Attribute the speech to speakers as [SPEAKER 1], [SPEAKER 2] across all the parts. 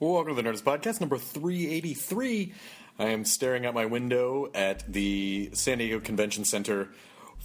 [SPEAKER 1] Welcome to the Nerdist Podcast, number 383. I am staring out my window at the San Diego Convention Center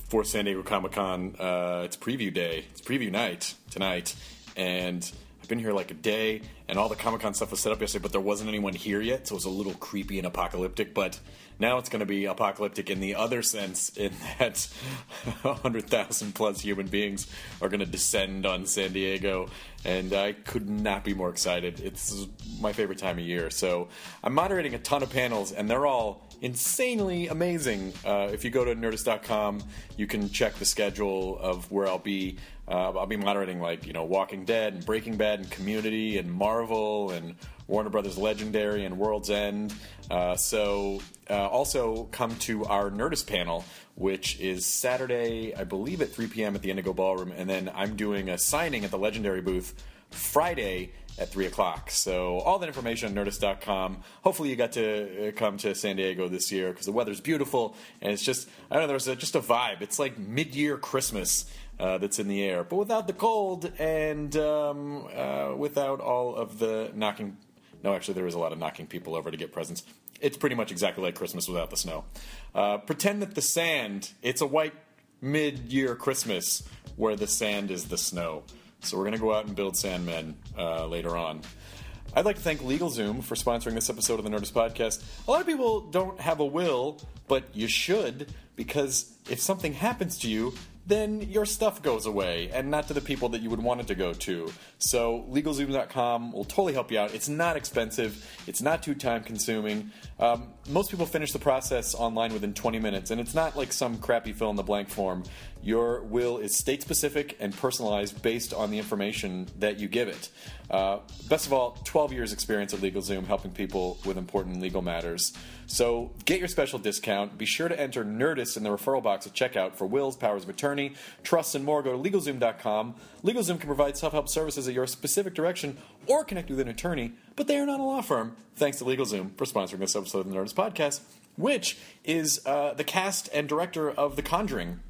[SPEAKER 1] for San Diego Comic Con. Uh, it's preview day, it's preview night tonight, and I've been here like a day, and all the Comic Con stuff was set up yesterday, but there wasn't anyone here yet, so it was a little creepy and apocalyptic. But now it's going to be apocalyptic in the other sense, in that 100,000 plus human beings are going to descend on San Diego, and I could not be more excited. It's my favorite time of year. So I'm moderating a ton of panels, and they're all insanely amazing. Uh, if you go to nerdist.com, you can check the schedule of where I'll be. Uh, I'll be moderating like you know Walking Dead and Breaking Bad and Community and Marvel and Warner Brothers Legendary and World's End. Uh, so uh, also come to our Nerdist panel, which is Saturday, I believe, at 3 p.m. at the Indigo Ballroom, and then I'm doing a signing at the Legendary booth Friday at 3 o'clock. So, all that information on nerdist.com. Hopefully, you got to uh, come to San Diego this year because the weather's beautiful and it's just, I don't know, there's a, just a vibe. It's like mid year Christmas. Uh, that's in the air, but without the cold and um, uh, without all of the knocking. No, actually, there is a lot of knocking people over to get presents. It's pretty much exactly like Christmas without the snow. Uh, pretend that the sand, it's a white mid year Christmas where the sand is the snow. So we're going to go out and build Sandmen uh, later on. I'd like to thank LegalZoom for sponsoring this episode of the Nerdist Podcast. A lot of people don't have a will, but you should, because if something happens to you, then your stuff goes away, and not to the people that you would want it to go to. So, LegalZoom.com will totally help you out. It's not expensive, it's not too time consuming. Um, most people finish the process online within 20 minutes, and it's not like some crappy fill in the blank form. Your will is state specific and personalized based on the information that you give it. Uh, best of all, 12 years experience at LegalZoom helping people with important legal matters. So get your special discount. Be sure to enter Nerdist in the referral box at checkout for wills, powers of attorney, trusts, and more. Go to LegalZoom.com. LegalZoom can provide self-help services at your specific direction or connect you with an attorney, but they are not a law firm. Thanks to LegalZoom for sponsoring this episode of the Nerdist Podcast, which is uh, the cast and director of The Conjuring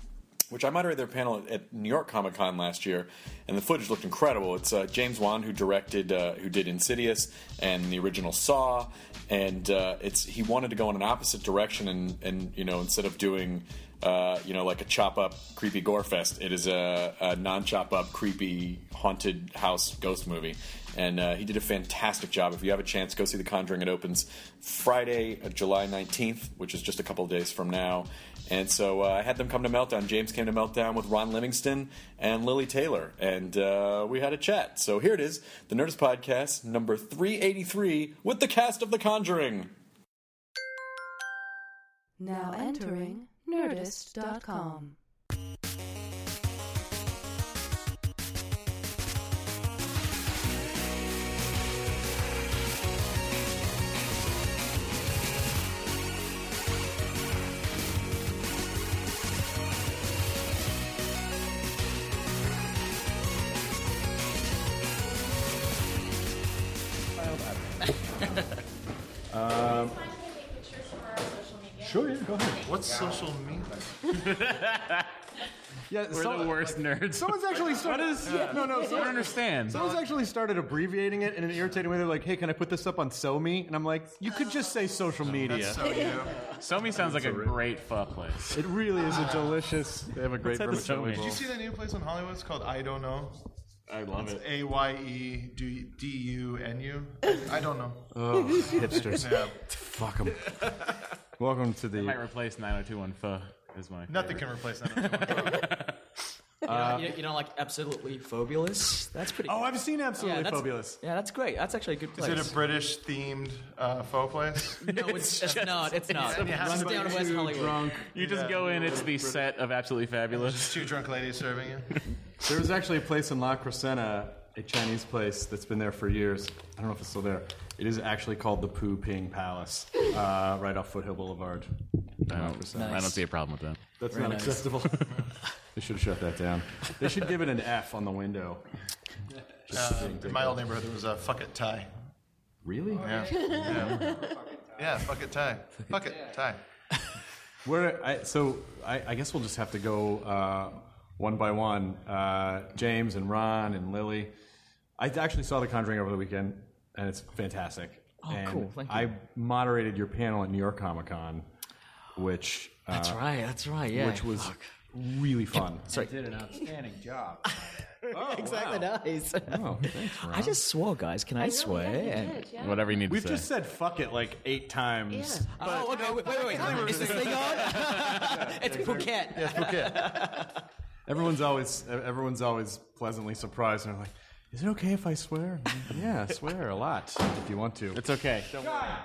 [SPEAKER 1] which I moderated their panel at, at New York Comic Con last year, and the footage looked incredible. It's uh, James Wan who directed, uh, who did Insidious and the original Saw, and uh, it's he wanted to go in an opposite direction, and and you know instead of doing. Uh, you know, like a chop up creepy gore fest. It is a, a non chop up creepy haunted house ghost movie, and uh, he did a fantastic job. If you have a chance, go see The Conjuring. It opens Friday, uh, July 19th, which is just a couple of days from now. And so uh, I had them come to Meltdown. James came to Meltdown with Ron Livingston and Lily Taylor, and uh, we had a chat. So here it is the Nerdist Podcast, number 383, with the cast of The Conjuring.
[SPEAKER 2] Now entering Nerdist.com.
[SPEAKER 3] Sure, yeah, go ahead.
[SPEAKER 4] What's social media?
[SPEAKER 3] Yeah,
[SPEAKER 4] We're the worst nerds.
[SPEAKER 3] Someone's actually started. yeah, no, no,
[SPEAKER 4] I don't
[SPEAKER 3] someone,
[SPEAKER 4] understand.
[SPEAKER 3] someone's actually started abbreviating it in an irritating way. They're like, "Hey, can I put this up on So Me?" And I'm like, "You could just say social media."
[SPEAKER 4] Somi sounds like a great fuck place.
[SPEAKER 3] it really is a delicious. They have a great
[SPEAKER 4] had the
[SPEAKER 3] vermicelli
[SPEAKER 4] So Me?
[SPEAKER 3] bowl.
[SPEAKER 5] You see the new place in Hollywood? It's called I Don't Know.
[SPEAKER 4] I love it.
[SPEAKER 5] A Y E D D U N U. I don't know.
[SPEAKER 3] Hipsters,
[SPEAKER 5] Yeah.
[SPEAKER 3] fuck 'em. Welcome to
[SPEAKER 4] Might
[SPEAKER 3] the.
[SPEAKER 4] replace 9021 pho is my
[SPEAKER 5] Nothing
[SPEAKER 4] favorite.
[SPEAKER 5] can replace that.
[SPEAKER 6] you, know, you know, like absolutely fabulous. That's pretty.
[SPEAKER 3] Oh,
[SPEAKER 6] good.
[SPEAKER 3] I've seen absolutely
[SPEAKER 6] that's-
[SPEAKER 3] fabulous.
[SPEAKER 6] Yeah, that's great. That's actually a good
[SPEAKER 5] Is
[SPEAKER 6] place.
[SPEAKER 5] it a British themed uh, faux place?
[SPEAKER 6] no, it's, it's not. It's not.
[SPEAKER 5] a
[SPEAKER 6] It's
[SPEAKER 5] run by
[SPEAKER 6] down in West Hollywood.
[SPEAKER 4] You just go in, it's the set of Absolutely Fabulous.
[SPEAKER 5] Two drunk ladies serving you.
[SPEAKER 3] There was actually a place in La Crescenta, a Chinese place that's been there for years. I don't know if it's still there. It is actually called the Poo Ping Palace, uh, right off Foothill Boulevard.
[SPEAKER 4] I don't, I don't see a problem with that.
[SPEAKER 3] That's
[SPEAKER 6] Very
[SPEAKER 3] not
[SPEAKER 6] nice.
[SPEAKER 3] acceptable. they should have shut that down. They should give it an F on the window.
[SPEAKER 5] Uh, in my old neighborhood, there was a fuck it tie.
[SPEAKER 3] Really?
[SPEAKER 5] Yeah. Yeah. Yeah, fuck it tie. Fuck it tie.
[SPEAKER 3] Where I, so I, I guess we'll just have to go uh, one by one. Uh, James and Ron and Lily. I actually saw The Conjuring over the weekend. and it's fantastic. Oh, and
[SPEAKER 7] cool. Thank you.
[SPEAKER 3] I moderated your panel at New York Comic Con, which uh,
[SPEAKER 7] That's right. That's right. Yeah.
[SPEAKER 3] which was really fun.
[SPEAKER 7] Sorry.
[SPEAKER 8] Did an outstanding job.
[SPEAKER 7] exactly nice.
[SPEAKER 3] Oh, thanks, Ron.
[SPEAKER 7] I just swore, guys. Can I, swear? And-
[SPEAKER 4] Whatever you need
[SPEAKER 3] We've
[SPEAKER 4] to
[SPEAKER 3] just
[SPEAKER 4] say.
[SPEAKER 3] said fuck it like eight times.
[SPEAKER 7] oh, okay. Wait, wait, wait. Is this thing on? it's Phuket.
[SPEAKER 3] Everyone's always everyone's always pleasantly surprised, and they're like, "Is it okay if I swear?" I'm like, yeah, swear a lot if you want to.
[SPEAKER 4] It's okay.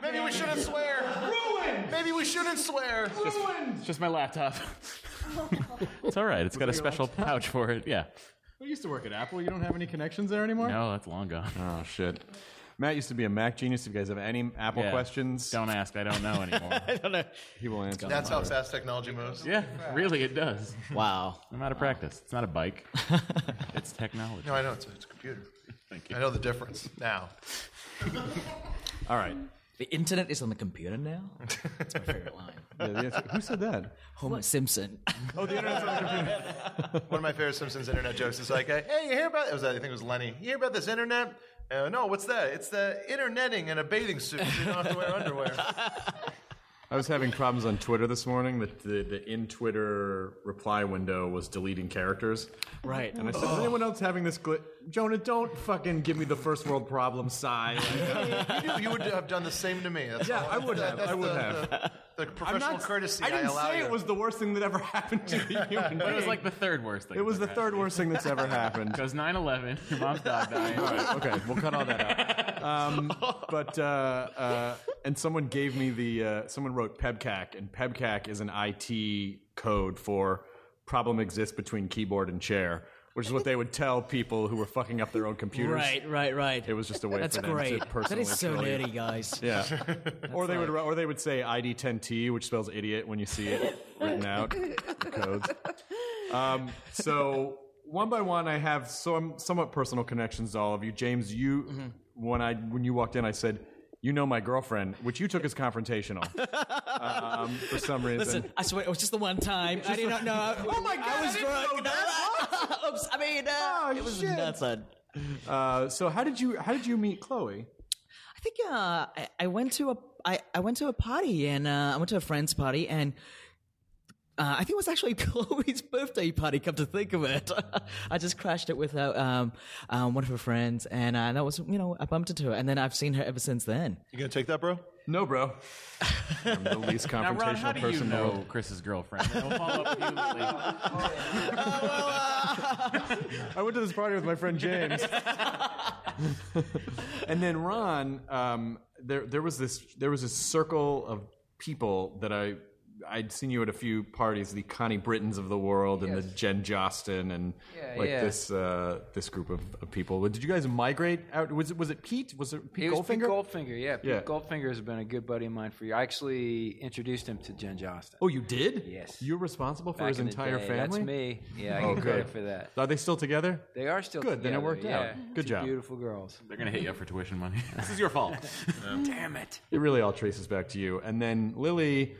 [SPEAKER 5] Maybe we shouldn't swear. Ruined. Maybe we shouldn't swear.
[SPEAKER 4] It's just my laptop. it's all right. It's got a special pouch for it. Yeah.
[SPEAKER 3] We used to work at Apple. You don't have any connections there anymore.
[SPEAKER 4] No, that's long gone.
[SPEAKER 3] Oh shit. Matt used to be a Mac genius. If you guys have any Apple
[SPEAKER 4] Yeah.
[SPEAKER 3] questions,
[SPEAKER 4] Don't ask. I don't know anymore.
[SPEAKER 3] he will answer.
[SPEAKER 5] That's
[SPEAKER 3] them.
[SPEAKER 5] how fast technology moves.
[SPEAKER 4] yeah, really, it does.
[SPEAKER 7] Wow.
[SPEAKER 4] I'm out of practice. It's not a bike. it's technology.
[SPEAKER 5] No, I know it's a, it's a computer. Thank you. I know the difference now.
[SPEAKER 3] All right.
[SPEAKER 7] The internet is on the computer now? That's my favorite line.
[SPEAKER 3] Yeah, the answer- Who said that?
[SPEAKER 7] Homer Simpson.
[SPEAKER 5] One of my favorite Simpsons internet jokes is like, "Hey, you hear about?" It was I think it was Lenny. You hear about this internet? Uh, no, what's that? It's the internetting in a bathing suit. You don't have to wear underwear.
[SPEAKER 3] I was having problems on Twitter this morning. That the, the in Twitter reply window was deleting characters.
[SPEAKER 7] Right.
[SPEAKER 3] And I said, is anyone else having this glitch? Jonah, don't fucking give me the first world problem sigh.
[SPEAKER 5] you, do- you would have done the same to me. That's
[SPEAKER 3] Yeah,
[SPEAKER 5] all.
[SPEAKER 3] I would
[SPEAKER 5] That-
[SPEAKER 3] have.
[SPEAKER 5] that's
[SPEAKER 3] I would
[SPEAKER 5] the,
[SPEAKER 3] have.
[SPEAKER 5] The, the professional courtesy
[SPEAKER 3] I didn't
[SPEAKER 5] allow
[SPEAKER 3] say
[SPEAKER 5] you.
[SPEAKER 3] it was the worst thing that ever happened to the human
[SPEAKER 4] But it was
[SPEAKER 3] being.
[SPEAKER 4] like the third worst thing.
[SPEAKER 3] it was the third worst thing that's ever happened.
[SPEAKER 4] Because 9 11, your mom's dog dying.
[SPEAKER 3] okay, we'll cut all that out. Um, but uh, uh, and someone gave me the uh, someone wrote PEBCAC, and PEBCAC is an IT code for problem exists between keyboard and chair, which is what they would tell people who were fucking up their own computers.
[SPEAKER 7] Right, right, right.
[SPEAKER 3] It was just a way
[SPEAKER 7] That's
[SPEAKER 3] for them
[SPEAKER 7] great.
[SPEAKER 3] to personally.
[SPEAKER 7] That is so
[SPEAKER 3] troll you.
[SPEAKER 7] nerdy, guys.
[SPEAKER 3] Yeah. or they would or they would say ID10T, which spells idiot when you see it written out. the codes. Um, so one by one, I have some somewhat personal connections to all of you. James, you
[SPEAKER 4] Mm-hmm.
[SPEAKER 3] when I when you walked in, I said. You know my girlfriend, which you took as confrontational um, for some reason.
[SPEAKER 7] Listen, I swear it was just the one time. I did not know. oh my god! I was drunk. Oops. I mean, uh,
[SPEAKER 3] Oh,
[SPEAKER 7] it was
[SPEAKER 3] shit.
[SPEAKER 7] nuts. I
[SPEAKER 3] Uh, so how did you how did you meet Chloe?
[SPEAKER 7] I think uh, I, I went to a I, I went to a party and uh, I went to a friend's party and uh, I think it was actually Chloe's birthday party. Come to think of it, I just crashed it with uh, um, um, one of her friends, and uh, that was you know I bumped into her, and then I've seen her ever since then.
[SPEAKER 5] You gonna take that, bro?
[SPEAKER 3] No, bro. I'm the least confrontational
[SPEAKER 4] Now, Ron, how do you
[SPEAKER 3] person. in the
[SPEAKER 4] know
[SPEAKER 3] world.
[SPEAKER 4] Chris's girlfriend? And we'll follow up immediately.
[SPEAKER 3] I went to this party with my friend James. and then Ron, um, there there was this there was this circle of people that I I'd seen you at a few parties, the Connie Brittons of the world and the Jen Jostin and like
[SPEAKER 8] yeah.
[SPEAKER 3] this uh, this group of, of people. Did you guys migrate out? Was it was it Pete? Was it Pete
[SPEAKER 8] It was
[SPEAKER 3] Goldfinger?
[SPEAKER 8] Pete Goldfinger, yeah. Pete
[SPEAKER 3] Yeah.
[SPEAKER 8] Goldfinger has been a good buddy of mine for you. I actually introduced him to Jen Johnston.
[SPEAKER 3] oh, you did?
[SPEAKER 8] Yes.
[SPEAKER 3] You're responsible for
[SPEAKER 8] back
[SPEAKER 3] his
[SPEAKER 8] in the
[SPEAKER 3] entire
[SPEAKER 8] day.
[SPEAKER 3] family.
[SPEAKER 8] That's me. Yeah, I
[SPEAKER 3] Oh,
[SPEAKER 8] get
[SPEAKER 3] good
[SPEAKER 8] credit for that.
[SPEAKER 3] Are they still together?
[SPEAKER 8] They are still
[SPEAKER 3] Good, then it
[SPEAKER 8] together,
[SPEAKER 3] worked out.
[SPEAKER 8] yeah.
[SPEAKER 3] Good
[SPEAKER 8] Two
[SPEAKER 3] job.
[SPEAKER 8] Beautiful girls.
[SPEAKER 4] They're going to hit you up for tuition money. this is your fault.
[SPEAKER 3] it really all traces back to you. And then Lily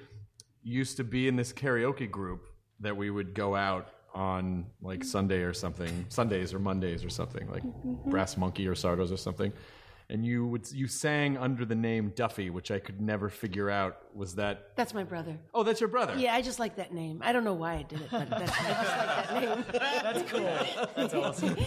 [SPEAKER 3] used to be in this karaoke group that we would go out on like Sunday or something, Sundays or Mondays or something, like
[SPEAKER 9] Mm-hmm.
[SPEAKER 3] Brass Monkey or Sargos or something. And you would you sang under the name Duffy, which I could never figure out. Was that?
[SPEAKER 9] That's my brother.
[SPEAKER 3] Oh, that's your brother.
[SPEAKER 9] Yeah, I just like that name. I don't know why I did it, but that's, I just like that name. That's cool. That's awesome.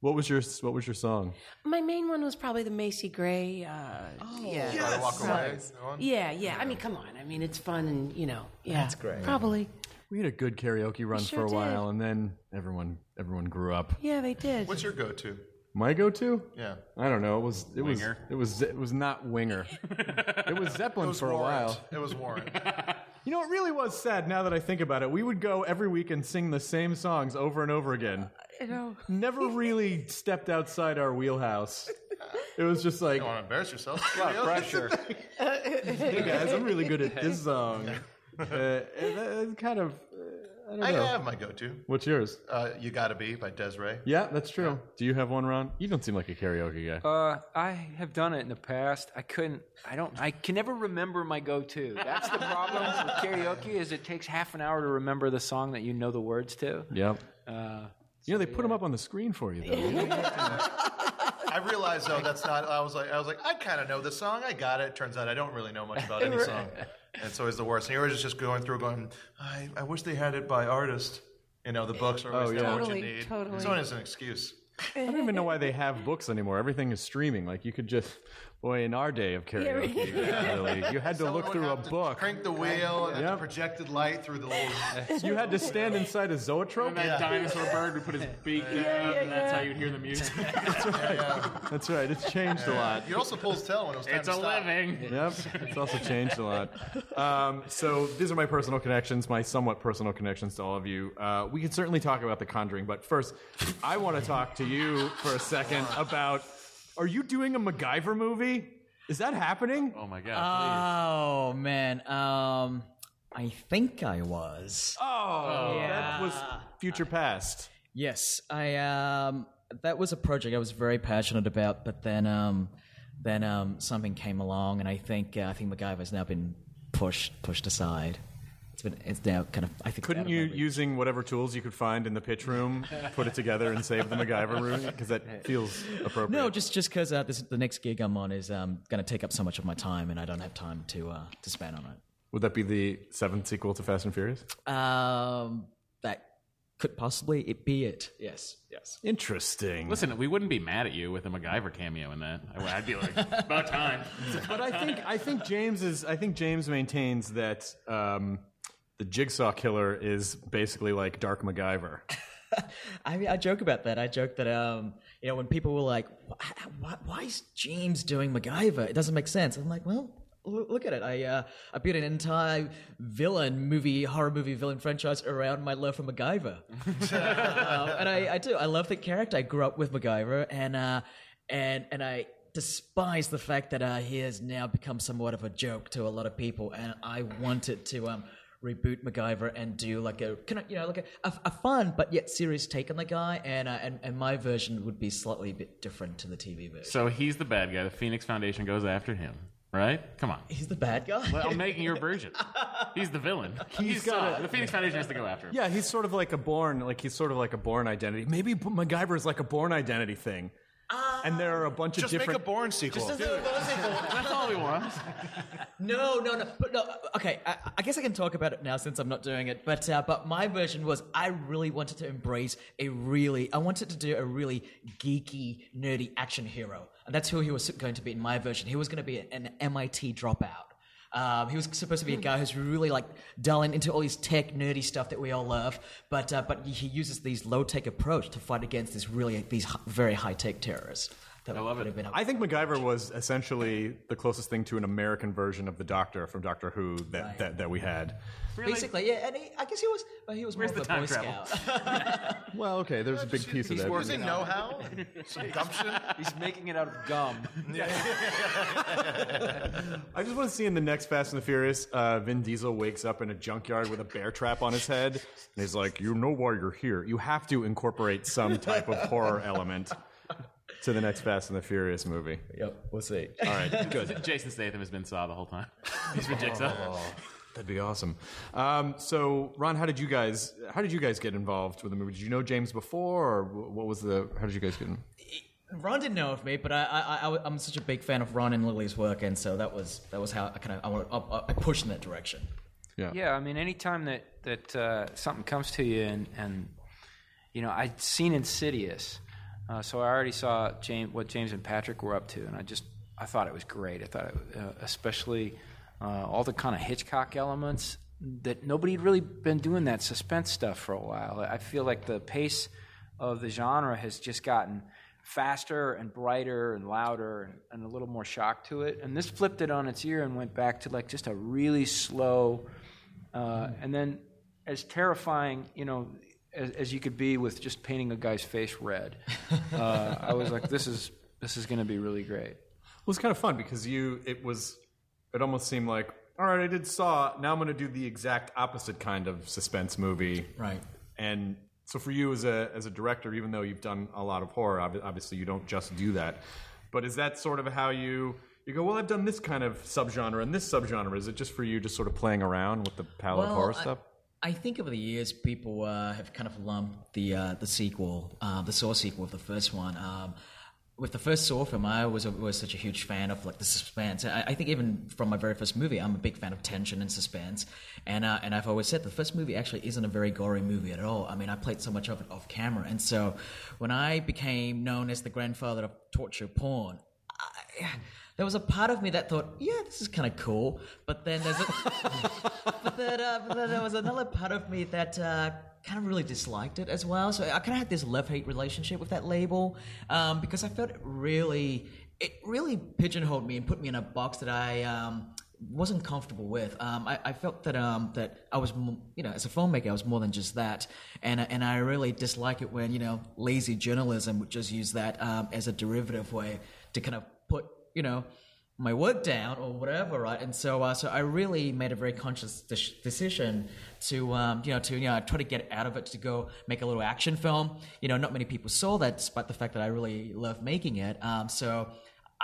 [SPEAKER 3] What was your What was your song?
[SPEAKER 9] My main one was probably the Macy Gray. Uh, yeah.
[SPEAKER 5] Gotta walk away.
[SPEAKER 9] yeah, yeah. I mean, come on. I mean, it's fun and, you know, yeah. That's great. Probably.
[SPEAKER 3] We had a good karaoke run
[SPEAKER 9] sure
[SPEAKER 3] for a
[SPEAKER 9] did.
[SPEAKER 3] while, and then everyone everyone grew up.
[SPEAKER 9] Yeah, they did.
[SPEAKER 5] What's your go-to?
[SPEAKER 3] My go-to?
[SPEAKER 5] Yeah.
[SPEAKER 3] I don't know. It was it
[SPEAKER 4] Winger.
[SPEAKER 3] was it was it was not winger. it was Zeppelin
[SPEAKER 5] It was
[SPEAKER 3] for a
[SPEAKER 5] Warren.
[SPEAKER 3] while.
[SPEAKER 5] It was Warren.
[SPEAKER 3] You know, it really was sad now that I think about it. We would go every week and sing the same songs over and over again.
[SPEAKER 9] you know,
[SPEAKER 3] Never really stepped outside our wheelhouse. It was just like,
[SPEAKER 5] Don't want to embarrass yourself.
[SPEAKER 8] Pressure.
[SPEAKER 3] hey guys, I'm really good at this song. Uh, it- it's kind of, uh, I
[SPEAKER 5] I
[SPEAKER 3] don't know.
[SPEAKER 5] have my go-to.
[SPEAKER 3] What's yours?
[SPEAKER 5] Uh, you gotta be by Desiree.
[SPEAKER 3] Yeah, that's true. Do you have one, Ron? You don't seem like a karaoke guy.
[SPEAKER 8] Uh, I have done it in the past. I couldn't. I don't. I can never remember my go-to. That's the problem with karaoke. Is it takes half an hour to remember the song that you know the words to.
[SPEAKER 3] yep.
[SPEAKER 8] Uh,
[SPEAKER 3] You know, they put them up on the screen for you, though.
[SPEAKER 5] I realized though that's not. I was like, I was like, I kind of know this song. I got it. Turns out I don't really know much about any song. It's always the worst. And you're always just going through, going, I, I wish they had it by artist. You know, the books are always
[SPEAKER 3] Oh,
[SPEAKER 5] there,
[SPEAKER 3] yeah.
[SPEAKER 5] what
[SPEAKER 9] Totally,
[SPEAKER 5] you need.
[SPEAKER 9] totally.
[SPEAKER 5] Someone has an excuse.
[SPEAKER 3] I don't even know why they have books anymore. Everything is streaming. Like you could just, boy, in our day of karaoke, really, you had to
[SPEAKER 5] Someone
[SPEAKER 3] look
[SPEAKER 5] would
[SPEAKER 3] through a
[SPEAKER 5] have to
[SPEAKER 3] book.
[SPEAKER 5] crank the wheel, and the
[SPEAKER 3] Yep.
[SPEAKER 5] projected light through the little.
[SPEAKER 3] You had to stand inside a zoetrope.
[SPEAKER 10] that dinosaur bird would put his beak down, and that's how you'd hear the music.
[SPEAKER 3] That's right. It's changed a lot.
[SPEAKER 5] It also pulls tail when it was time
[SPEAKER 10] it's
[SPEAKER 5] to
[SPEAKER 10] a
[SPEAKER 5] stop.
[SPEAKER 10] living.
[SPEAKER 3] Yep. It's also changed a lot. Um, so these are my personal connections, my somewhat personal connections to all of you. Uh, we can certainly talk about The Conjuring, but first, I want to talk to you for a second about: Are you doing a MacGyver movie? Is that happening?
[SPEAKER 4] Oh my god!
[SPEAKER 7] Oh man, um, I think I was.
[SPEAKER 3] Oh, that was future past.
[SPEAKER 7] Yes, I um that was a project I was very passionate about, but then um then um something came along, and I think uh, I think MacGyver's now been pushed pushed aside. It's been it's now kind of I think it's out
[SPEAKER 3] Couldn't
[SPEAKER 7] of my
[SPEAKER 3] you,
[SPEAKER 7] reach.
[SPEAKER 3] using whatever tools you could find in the pitch room, put it together and save the MacGyver room? Because that feels appropriate.
[SPEAKER 7] No, just just because uh, this the next gig I'm on is um going to take up so much of my time, and I don't have time to uh to spend on it.
[SPEAKER 3] Would that be the seventh sequel to Fast and Furious?
[SPEAKER 7] Um, that could possibly it be it. Yes, yes.
[SPEAKER 3] Interesting.
[SPEAKER 4] Listen, we wouldn't be mad at you with a MacGyver cameo in that. I- I'd be like,
[SPEAKER 10] About time.
[SPEAKER 3] but I think I think James is I think James maintains that um, the Jigsaw killer is basically like Dark MacGyver.
[SPEAKER 7] I mean, I joke about that. I joke that um, you know, when people were like, why, "Why is James doing MacGyver? It doesn't make sense." I'm like, "Well, lo- look at it. I uh, I built an entire villain movie, horror movie villain franchise around my love for MacGyver, um, and I, I do. I love the character. I grew up with MacGyver, and uh, and and I." Despise the fact that uh, he has now become somewhat of a joke to a lot of people, and I wanted to um, reboot MacGyver and do like a kind of you know like a, a, a fun but yet serious take on the guy, and uh, and and my version would be slightly a bit different to the TV version.
[SPEAKER 4] so he's the bad guy. The Phoenix Foundation goes after him, right? Come on.
[SPEAKER 7] He's the bad guy.
[SPEAKER 4] Well, I'm making your version. He's the villain. He's got the Phoenix Foundation has to go after him.
[SPEAKER 3] Yeah, he's sort of like a born like he's sort of like a born identity. Maybe B- MacGyver is like a born identity thing. and there are a bunch of
[SPEAKER 5] Uh, Just
[SPEAKER 3] different
[SPEAKER 5] make a Bourne sequel.
[SPEAKER 4] That's all we want.
[SPEAKER 7] No, no, no, but no. uh, Okay, I, I guess I can talk about it now since I'm not doing it. But uh, but my version was I really wanted to embrace a really I wanted to do a really geeky, nerdy action hero, and that's who he was going to be in my version. He was going to be an MIT dropout. Um, he was supposed to be a guy who's really like delving into all these tech nerdy stuff that we all love, but uh, but he uses these low tech approach to fight against these really these hi- very high tech terrorists. That I love it. Been
[SPEAKER 3] I think MacGyver was essentially the closest thing to an American version of the Doctor from Doctor Who that, that, that we had.
[SPEAKER 7] basically yeah, and he, I guess he was but he was more of a boy scout.
[SPEAKER 3] Well, okay, there's a big piece of
[SPEAKER 5] He's
[SPEAKER 3] that.
[SPEAKER 5] using know-how, some gumption.
[SPEAKER 8] He's making it out of gum.
[SPEAKER 3] I just want to see in the next Fast and the Furious, uh, Vin Diesel wakes up in a junkyard with a bear trap on his head, and he's like, "You know why you're here. You have to incorporate some type of horror element to the next Fast and the Furious movie."
[SPEAKER 7] Yep, we'll see.
[SPEAKER 3] All right, good.
[SPEAKER 4] Jason Statham has been Saw the whole time. He's been
[SPEAKER 7] Oh,
[SPEAKER 4] Jigsaw.
[SPEAKER 3] That'd be awesome. Um, so, Ron, how did you guys? How did you guys get involved with the movie? Did you know James before, or wh- what was the? How did you guys get? In?
[SPEAKER 7] Ron didn't know of me, but I, I, I, I'm such a big fan of Ron and Lily's work, and so that was that was how I kind of I, wanted, I, I pushed in that direction.
[SPEAKER 8] Yeah, I mean, anytime that that uh, something comes to you, and and you know, I'd seen Insidious, uh, so I already saw James what James and Patrick were up to, and I just I thought it was great. I thought, it, uh, especially uh, all the kind of Hitchcock elements that nobody had really been doing that suspense stuff for a while. I feel like the pace of the genre has just gotten faster and brighter and louder and, and a little more shock to it. And this flipped it on its ear and went back to like just a really slow, uh, and then as terrifying, you know, as, as you could be with just painting a guy's face red. Uh, I was like, this is this is going to be really great.
[SPEAKER 3] Well, it's kind of fun because you, it was, it almost seemed like, all right, I did Saw. Now I'm going to do the exact opposite kind of suspense movie.
[SPEAKER 7] Right.
[SPEAKER 3] And so for you as a as a director, even though you've done a lot of horror, ob- obviously you don't just do that. But is that sort of how you you go? Well, I've done this kind of subgenre and this subgenre. Is it just for you, just sort of playing around with the palette of
[SPEAKER 7] Well,
[SPEAKER 3] horror
[SPEAKER 7] I-
[SPEAKER 3] stuff?
[SPEAKER 7] I think over the years, people uh, have kind of lumped the uh, the sequel, uh, the Saw sequel, of the first one. Um, with the first Saw film, I was was such a huge fan of like the suspense. I, I think even from my very first movie, I'm a big fan of tension and suspense. And uh, and I've always said the first movie actually isn't a very gory movie at all. I mean, I played so much of it off camera, and so when I became known as the grandfather of torture porn, I, there was a part of me that thought, yeah, this is kind of cool. But then there's a, but, then, uh, but then there was another part of me that. Uh, kind of really disliked it as well. So I kind of had this love hate relationship with that label um, because I felt it really, it really pigeonholed me and put me in a box that I. Um, wasn't comfortable with. Um, I, I felt that um, that I was, m- you know, as a filmmaker, I was more than just that, and I- and I really dislike it when you know lazy journalism would just use that um, as a derivative way to kind of put you know my work down or whatever, right? And so uh, so I really made a very conscious de- decision to um, you know to you know try to get out of it to go make a little action film. You know, not many people saw that, despite the fact that I really love making it. Um, so.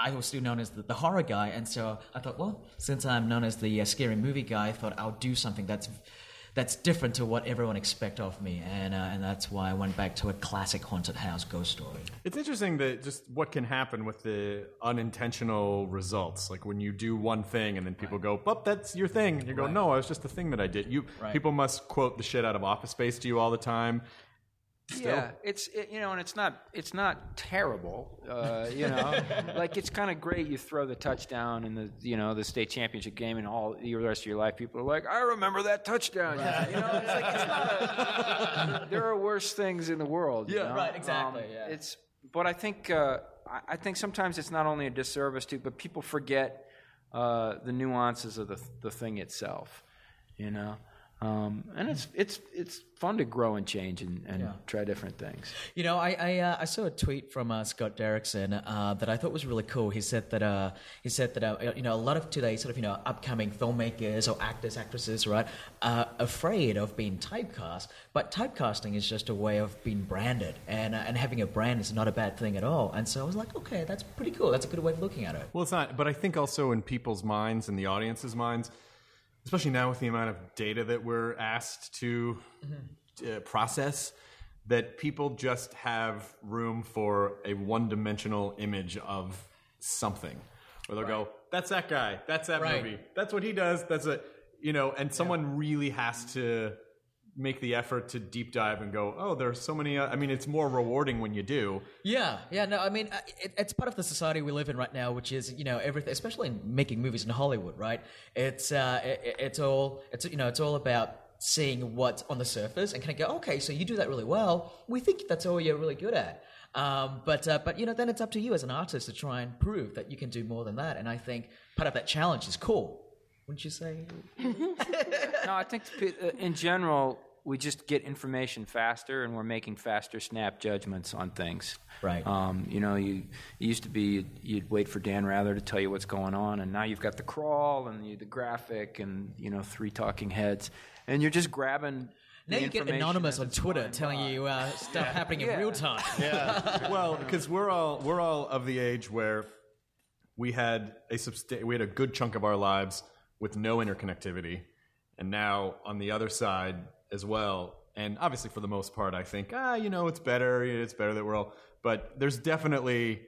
[SPEAKER 7] I was still known as the, the horror guy, and so I thought, well, since I'm known as the uh, scary movie guy, I thought I'll do something that's that's different to what everyone expect of me, and uh, and that's why I went back to a classic haunted house ghost story.
[SPEAKER 3] It's interesting that just what can happen with the unintentional results. Like when you do one thing and then people go, "But that's your thing." You go, "No, I was just the thing that I did." You
[SPEAKER 8] Right.
[SPEAKER 3] people must quote the shit out of Office Space to you all the time. Still.
[SPEAKER 8] Yeah, it's it, you know, and it's not it's not terrible. Uh, you know, like it's kind of great. You throw the touchdown in the you know the state championship game, and all the rest of your life, people are like, I remember that touchdown. You know, it's like it's not. A, there are worse things in the world. you
[SPEAKER 7] Yeah,
[SPEAKER 8] know? Um,
[SPEAKER 7] right, exactly, yeah.
[SPEAKER 8] It's but I think uh, I- I think sometimes it's not only a disservice to, but people forget uh, the nuances of the the thing itself. You know. Um, and it's it's it's fun to grow and change and, and try different things.
[SPEAKER 7] You know, I I, uh, I saw a tweet from uh, Scott Derrickson uh, that I thought was really cool. He said that uh, he said that uh, you know a lot of today sort of you know upcoming filmmakers or actors actresses right are afraid of being typecast, but typecasting is just a way of being branded, and uh, and having a brand is not a bad thing at all. And so I was like, okay, that's pretty cool. That's a good way of looking at it.
[SPEAKER 3] Well, it's not, but I think also in people's minds and the audience's minds, especially now with the amount of data that we're asked to uh, process, that people just have room for a one dimensional image of something. Where they'll go, that's that guy, that's that
[SPEAKER 1] Right.
[SPEAKER 3] movie, that's what he does, that's a, you know, and someone really has to make the effort to deep dive and go, oh, there's so many, uh, I mean, it's more rewarding when you do.
[SPEAKER 7] Yeah, yeah. No, I mean, uh, it, it's part of the society we live in right now, which is you know everything, especially in making movies in Hollywood, right? It's uh, i i- it's all it's you know it's all about seeing what's on the surface and kind of go, okay, so you do that really well. We think that's all you're really good at. Um, but uh, but you know then it's up to you as an artist to try and prove that you can do more than that. And I think part of that challenge is cool, wouldn't you say?
[SPEAKER 8] no, I think p- uh, in general we just get information faster, and we're making faster snap judgments on things.
[SPEAKER 7] Right.
[SPEAKER 8] Um, you know, you it used to be you'd, you'd wait for Dan Rather to tell you what's going on, and now you've got the crawl and the, the graphic and you know three talking heads, and you're just grabbing.
[SPEAKER 7] Now
[SPEAKER 8] the
[SPEAKER 7] you get
[SPEAKER 8] information
[SPEAKER 7] anonymous
[SPEAKER 8] as
[SPEAKER 7] on
[SPEAKER 8] it's
[SPEAKER 7] Twitter
[SPEAKER 8] going
[SPEAKER 7] telling
[SPEAKER 8] by.
[SPEAKER 7] you uh, stuff
[SPEAKER 8] Yeah.
[SPEAKER 7] happening in
[SPEAKER 8] Yeah.
[SPEAKER 7] real time.
[SPEAKER 3] well, because we're all we're all of the age where we had a subst- we had a good chunk of our lives with no interconnectivity, and now on the other side as well. And obviously, for the most part, I think ah, you know, it's better. It's better that we're all. But there's definitely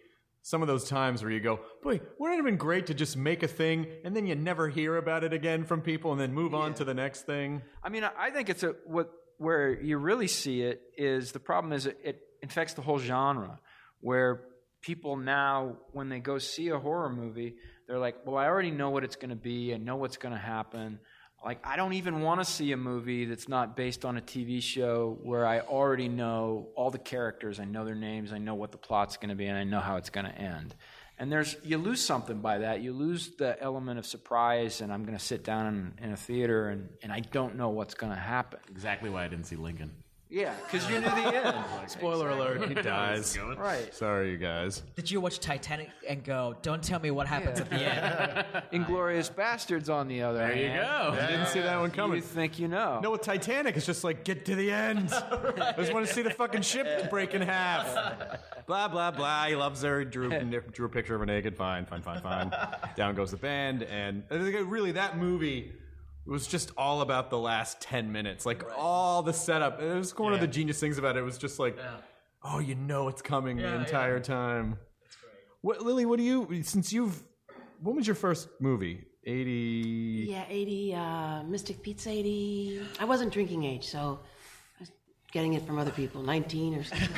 [SPEAKER 3] some of those times where you go, boy, wouldn't it have been great to just make a thing and then you never hear about it again from people, and then move on to the next thing.
[SPEAKER 8] I mean, I- I think it's a what where you really see it is the problem is it, it infects the whole genre, where people now when they go see a horror movie, they're like, well, I already know what it's going to be and know what's going to happen. Like, I don't even want to see a movie that's not based on a TV show where I already know all the characters, I know their names, I know what the plot's going to be, and I know how it's going to end. And there's you lose something by that. You lose the element of surprise, and I'm going to sit down in, in a theater and, and I don't know what's going to happen. Exactly why I didn't see Lincoln. Yeah, because you knew the end.
[SPEAKER 3] Spoiler alert: he dies.
[SPEAKER 8] Right.
[SPEAKER 3] Sorry, you guys.
[SPEAKER 7] Did you watch Titanic and go, don't tell me what happens at the end?
[SPEAKER 8] Inglorious Bastards on the other
[SPEAKER 3] There you
[SPEAKER 8] hand.
[SPEAKER 3] go. I didn't see that one coming.
[SPEAKER 8] Oh. You think you know.
[SPEAKER 3] No, with Titanic, it's just like get to the end. I just want to see the fucking ship break in half. Blah blah blah. He loves her. Drew drew a picture of her naked. Fine, fine, fine, fine. Down goes the band, and I think really that movie was just all about the last ten minutes, like all the setup. It was one of the genius things about it. It was just like, oh, you know it's coming the
[SPEAKER 7] Yeah,
[SPEAKER 3] entire time. What, Lily? What do you? Since you've, when was your first movie? Eighty.
[SPEAKER 9] Yeah, 80, uh, Mystic Pizza 80. I wasn't drinking age, so I was getting it from other people, 19 or something.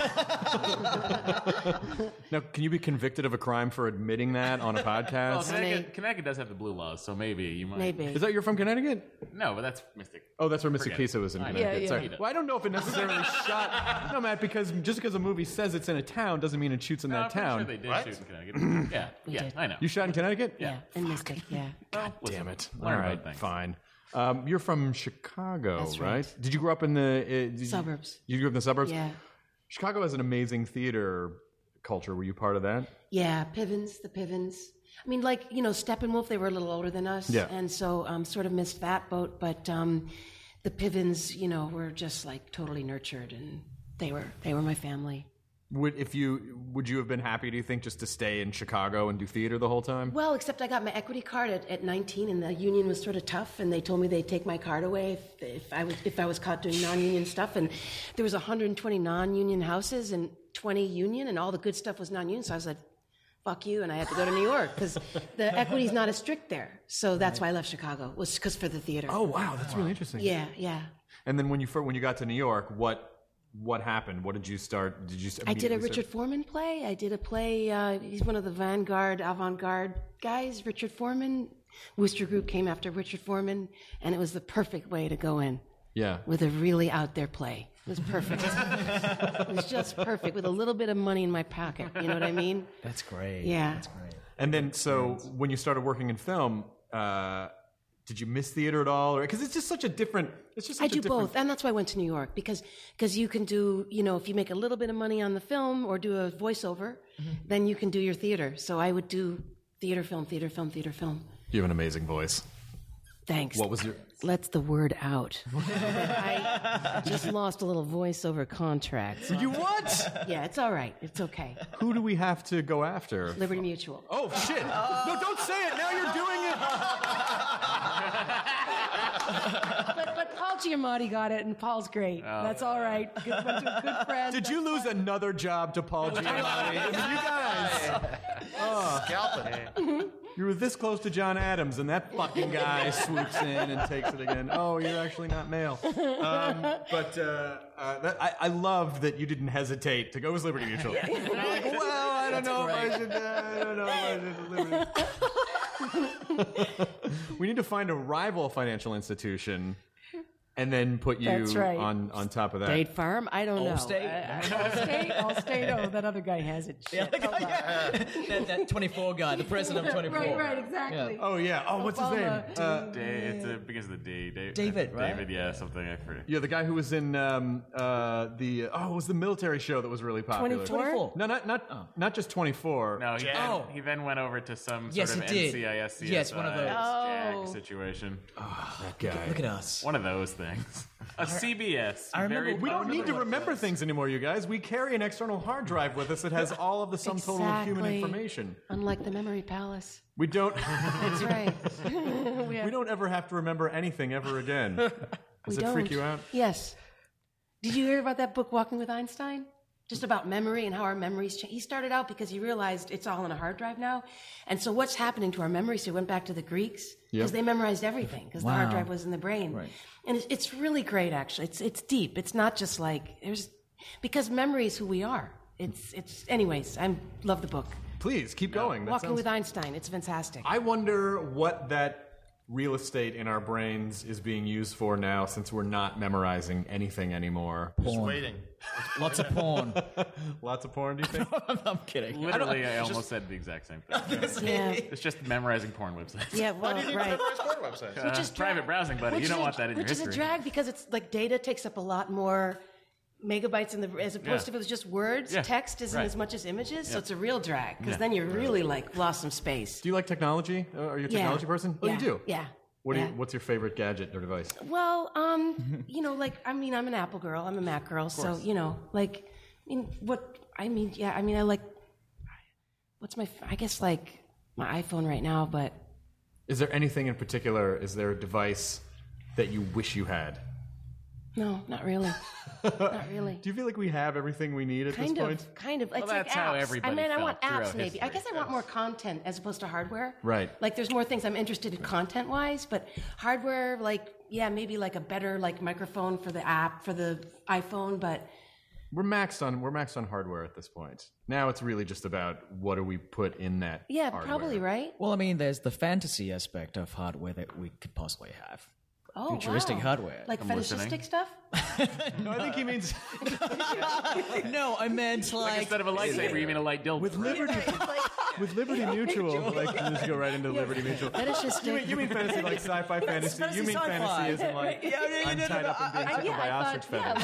[SPEAKER 3] Now, can you be convicted of a crime for admitting that on a podcast?
[SPEAKER 4] Well, Connecticut, Connecticut does have the blue laws, so maybe you might.
[SPEAKER 9] Maybe.
[SPEAKER 3] Is that you're from Connecticut?
[SPEAKER 4] No, but that's Mystic.
[SPEAKER 3] Oh, that's where Mystic
[SPEAKER 4] Forget
[SPEAKER 3] Pizza
[SPEAKER 4] it.
[SPEAKER 3] was in
[SPEAKER 4] I know.
[SPEAKER 3] Connecticut.
[SPEAKER 4] Yeah,
[SPEAKER 3] Sorry.
[SPEAKER 4] yeah.
[SPEAKER 3] Well, I don't know if it necessarily shot. No, Matt, because just because a movie says it's in a town doesn't mean it shoots in
[SPEAKER 4] No, I'm
[SPEAKER 3] that
[SPEAKER 4] pretty
[SPEAKER 3] town.
[SPEAKER 4] sure they did shoot in Connecticut. yeah, yeah, I know.
[SPEAKER 3] You shot in Connecticut?
[SPEAKER 9] Yeah, and Mystic, yeah.
[SPEAKER 4] God
[SPEAKER 3] Damn it.
[SPEAKER 4] Learn
[SPEAKER 3] All
[SPEAKER 4] about
[SPEAKER 3] right,
[SPEAKER 4] things.
[SPEAKER 3] fine. Um, you're from Chicago,
[SPEAKER 9] That's
[SPEAKER 3] right.
[SPEAKER 9] right.
[SPEAKER 3] Did you grow up in the uh, did you-
[SPEAKER 9] Suburbs.
[SPEAKER 3] You, grew up in the suburbs.
[SPEAKER 9] Yeah.
[SPEAKER 3] Chicago has an amazing theater culture. Were you part of that?
[SPEAKER 9] Yeah, Pivens, the Pivens. I mean, like, you know, Steppenwolf, they were a little older than us.
[SPEAKER 3] Yeah.
[SPEAKER 9] And so um, sort of missed that boat, but um, the Pivens, you know, were just like totally nurtured and they were they were my family.
[SPEAKER 3] Would if you would you have been happy? Do you think just to stay in Chicago and do theater the whole time?
[SPEAKER 9] Well, except I got my equity card at, at 19, and the union was sort of tough, and they told me they'd take my card away if, if I was if I was caught doing non-union stuff. And there was 120 non-union houses and 20 union, and all the good stuff was non-union. So I was like, "Fuck you!" And I had to go to New York because the equity's not as strict there. So that's why I left Chicago was because for the theater.
[SPEAKER 3] Oh wow, that's really interesting.
[SPEAKER 9] yeah, yeah.
[SPEAKER 3] And then when you fir- when you got to New York, what what happened? What did you start? Did you? s-
[SPEAKER 9] I did a
[SPEAKER 3] immediately
[SPEAKER 9] Richard Foreman play. I did a play. Uh, he's one of the vanguard, avant-garde guys. Richard Foreman. Wooster Group came after Richard Foreman, and it was the perfect way to go in
[SPEAKER 3] Start, yeah.
[SPEAKER 9] with a really out there play. It was perfect. it was just perfect with a little bit of money in my pocket. You know what I mean?
[SPEAKER 7] That's great.
[SPEAKER 9] Yeah.
[SPEAKER 3] And then, so when you started working in film, uh, did you miss theater at all? Because it's just such a different. It's just
[SPEAKER 9] I
[SPEAKER 3] such
[SPEAKER 9] do
[SPEAKER 3] a different,
[SPEAKER 9] both, and that's why I went to New York because because you can do you know if you make a little bit of money on the film or do a voiceover,
[SPEAKER 3] Mm-hmm.
[SPEAKER 9] then you can do your theater. So I would do theater, film, theater, film, theater, film.
[SPEAKER 3] You have an amazing voice.
[SPEAKER 9] Thanks.
[SPEAKER 3] What was your?
[SPEAKER 9] Let's the word out. I just lost a little voiceover contract. so-
[SPEAKER 3] You what?
[SPEAKER 9] yeah, it's all right. It's okay.
[SPEAKER 3] Who do we have to go after?
[SPEAKER 9] Liberty Mutual.
[SPEAKER 3] Oh shit! No, don't say it. Now you're doing it.
[SPEAKER 11] But, but Paul Giamatti got it, and Paul's great. That's all right. Good, bunch of good friends.
[SPEAKER 3] Did you lose another job to Paul Giamatti? I mean, you guys,
[SPEAKER 5] Scalping.
[SPEAKER 3] you were this close to John Adams, and that fucking guy swoops in and takes it again. Oh, you're actually not male. Um, but uh, uh, that, I, I love that you didn't hesitate to go with Liberty Mutual. You're like, well, I don't know if I should. Uh, I don't know if I should. Liberty. we need to find a rival financial institution. And then put you
[SPEAKER 11] That's right.
[SPEAKER 3] on, on top of that.
[SPEAKER 9] State Farm? I don't know.
[SPEAKER 7] Allstate?
[SPEAKER 9] I- I-
[SPEAKER 11] Allstate, Allstate. Oh, that other guy has it. Shit. Hold on.
[SPEAKER 7] that, that 24 guy, the president of 24.
[SPEAKER 11] Right, right, exactly.
[SPEAKER 3] Oh yeah. Oh, what's his name?
[SPEAKER 11] Obama.
[SPEAKER 3] Uh,
[SPEAKER 4] Day, it's uh, because of the D. Day,
[SPEAKER 7] David, right?
[SPEAKER 4] David, yeah, something. I forget.
[SPEAKER 3] Yeah, the guy who was in um, uh, the oh, it was the military show that was really popular.
[SPEAKER 11] 24?
[SPEAKER 7] 24.
[SPEAKER 3] No, not not not just twenty four.
[SPEAKER 4] No, he, then,
[SPEAKER 7] Oh.
[SPEAKER 4] he then went over to some
[SPEAKER 7] Yes,
[SPEAKER 4] sort of
[SPEAKER 7] he did.
[SPEAKER 4] NCIS, CSI,
[SPEAKER 7] Yes, one of those.
[SPEAKER 4] uh,
[SPEAKER 7] Oh.
[SPEAKER 4] JAG situation.
[SPEAKER 3] that guy.
[SPEAKER 7] Look at us.
[SPEAKER 4] One of those things. A CBS.
[SPEAKER 7] I remember-
[SPEAKER 4] very
[SPEAKER 7] we
[SPEAKER 3] we don't
[SPEAKER 4] popular-
[SPEAKER 3] need to remember things anymore, you guys. We carry an external hard drive with us that has all of the sum total of human
[SPEAKER 9] Exactly.
[SPEAKER 3] information.
[SPEAKER 9] Unlike the Memory Palace.
[SPEAKER 3] We don't
[SPEAKER 9] That's right.
[SPEAKER 3] we don't ever have to remember anything ever again. Does it freak
[SPEAKER 9] Don't.
[SPEAKER 3] you out?
[SPEAKER 9] Yes. Did you hear about that book, Walking with Einstein? Just about memory and how our memories change. He started out because he realized it's all on a hard drive now. And so what's happening to our memories? So he went back to the Greeks because they memorized everything because the hard drive was in the brain. And it's, it's really great, actually. It's, it's deep. It's not just like, there's, because memory is who we are. It's, it's, anyways, I love the book.
[SPEAKER 3] Please keep going. That
[SPEAKER 9] Walking
[SPEAKER 3] sounds-
[SPEAKER 9] with Einstein. It's fantastic.
[SPEAKER 3] I wonder what that real estate in our brains is being used for now since we're not memorizing anything anymore.
[SPEAKER 5] Just waiting.
[SPEAKER 7] Lots of porn.
[SPEAKER 3] Lots of porn, do you think?
[SPEAKER 7] I'm kidding.
[SPEAKER 4] Literally, I, almost said the exact same thing.
[SPEAKER 9] yeah.
[SPEAKER 4] it's just memorizing porn websites.
[SPEAKER 9] Yeah, well, right.
[SPEAKER 5] Memorize porn websites.
[SPEAKER 9] Which is
[SPEAKER 4] Uh, private
[SPEAKER 9] drag.
[SPEAKER 4] browsing, buddy.
[SPEAKER 9] Which
[SPEAKER 4] You don't
[SPEAKER 9] is a-
[SPEAKER 4] want that in your
[SPEAKER 9] Which is a
[SPEAKER 4] history.
[SPEAKER 9] drag because it's like data takes up a lot more megabytes in the as opposed to if it was just words.
[SPEAKER 4] Yeah.
[SPEAKER 9] Text isn't
[SPEAKER 4] Right.
[SPEAKER 9] as much as images, so it's a real drag because then you're really like lost some space.
[SPEAKER 3] Do you like technology? Uh, are you a
[SPEAKER 9] Yeah.
[SPEAKER 3] technology person? Oh,
[SPEAKER 9] yeah.
[SPEAKER 3] you do.
[SPEAKER 9] Yeah.
[SPEAKER 3] What
[SPEAKER 9] yeah.
[SPEAKER 3] do you, what's your favorite gadget or device?
[SPEAKER 9] Well, um, you know, like I mean, I'm an Apple girl. I'm a Mac girl. So you know, like, I mean, what I mean, yeah, I mean, I like. What's my? I guess like my iPhone right now, but
[SPEAKER 3] Is there anything in particular? Is there a device that you wish you had?
[SPEAKER 9] no, not really. Not really.
[SPEAKER 3] Do you feel like we have everything we need at
[SPEAKER 9] Kind
[SPEAKER 3] this
[SPEAKER 9] of,
[SPEAKER 3] point?
[SPEAKER 9] kind of. It's like
[SPEAKER 3] that's how
[SPEAKER 9] apps.
[SPEAKER 3] everybody
[SPEAKER 9] I mean, I
[SPEAKER 3] felt
[SPEAKER 9] want apps
[SPEAKER 3] throughout
[SPEAKER 9] maybe. I
[SPEAKER 3] history.
[SPEAKER 9] guess I want more content as opposed to hardware.
[SPEAKER 3] Right.
[SPEAKER 9] Like, there's more things I'm interested in content wise, but hardware, like, yeah, maybe like a better like microphone for the app for the iPhone, but
[SPEAKER 3] We're maxed on we're maxed on hardware at this point. Now it's really just about what do we put in that.
[SPEAKER 9] yeah,
[SPEAKER 3] hardware.
[SPEAKER 9] probably right.
[SPEAKER 7] Well, I mean, there's the fantasy aspect of hardware that we could possibly have.
[SPEAKER 9] Oh,
[SPEAKER 7] Futuristic
[SPEAKER 9] wow.
[SPEAKER 7] hardware.
[SPEAKER 9] Like fetishistic stuff.
[SPEAKER 3] no, I think he means.
[SPEAKER 7] no, I meant like,
[SPEAKER 10] instead of a lightsaber, you mean a light dildo?
[SPEAKER 3] With Liberty, with Liberty Mutual, like you just go right into Liberty Mutual.
[SPEAKER 9] Fetishistic.
[SPEAKER 3] You mean, you mean fantasy like sci-fi fantasy? You mean fantasy isn't like
[SPEAKER 7] Yeah, no, no,
[SPEAKER 3] I'm
[SPEAKER 7] no,
[SPEAKER 3] tied
[SPEAKER 7] no,
[SPEAKER 3] up in
[SPEAKER 9] I,
[SPEAKER 3] being tickled
[SPEAKER 9] yeah,
[SPEAKER 3] by
[SPEAKER 9] I
[SPEAKER 3] ostrich
[SPEAKER 9] thought, yeah,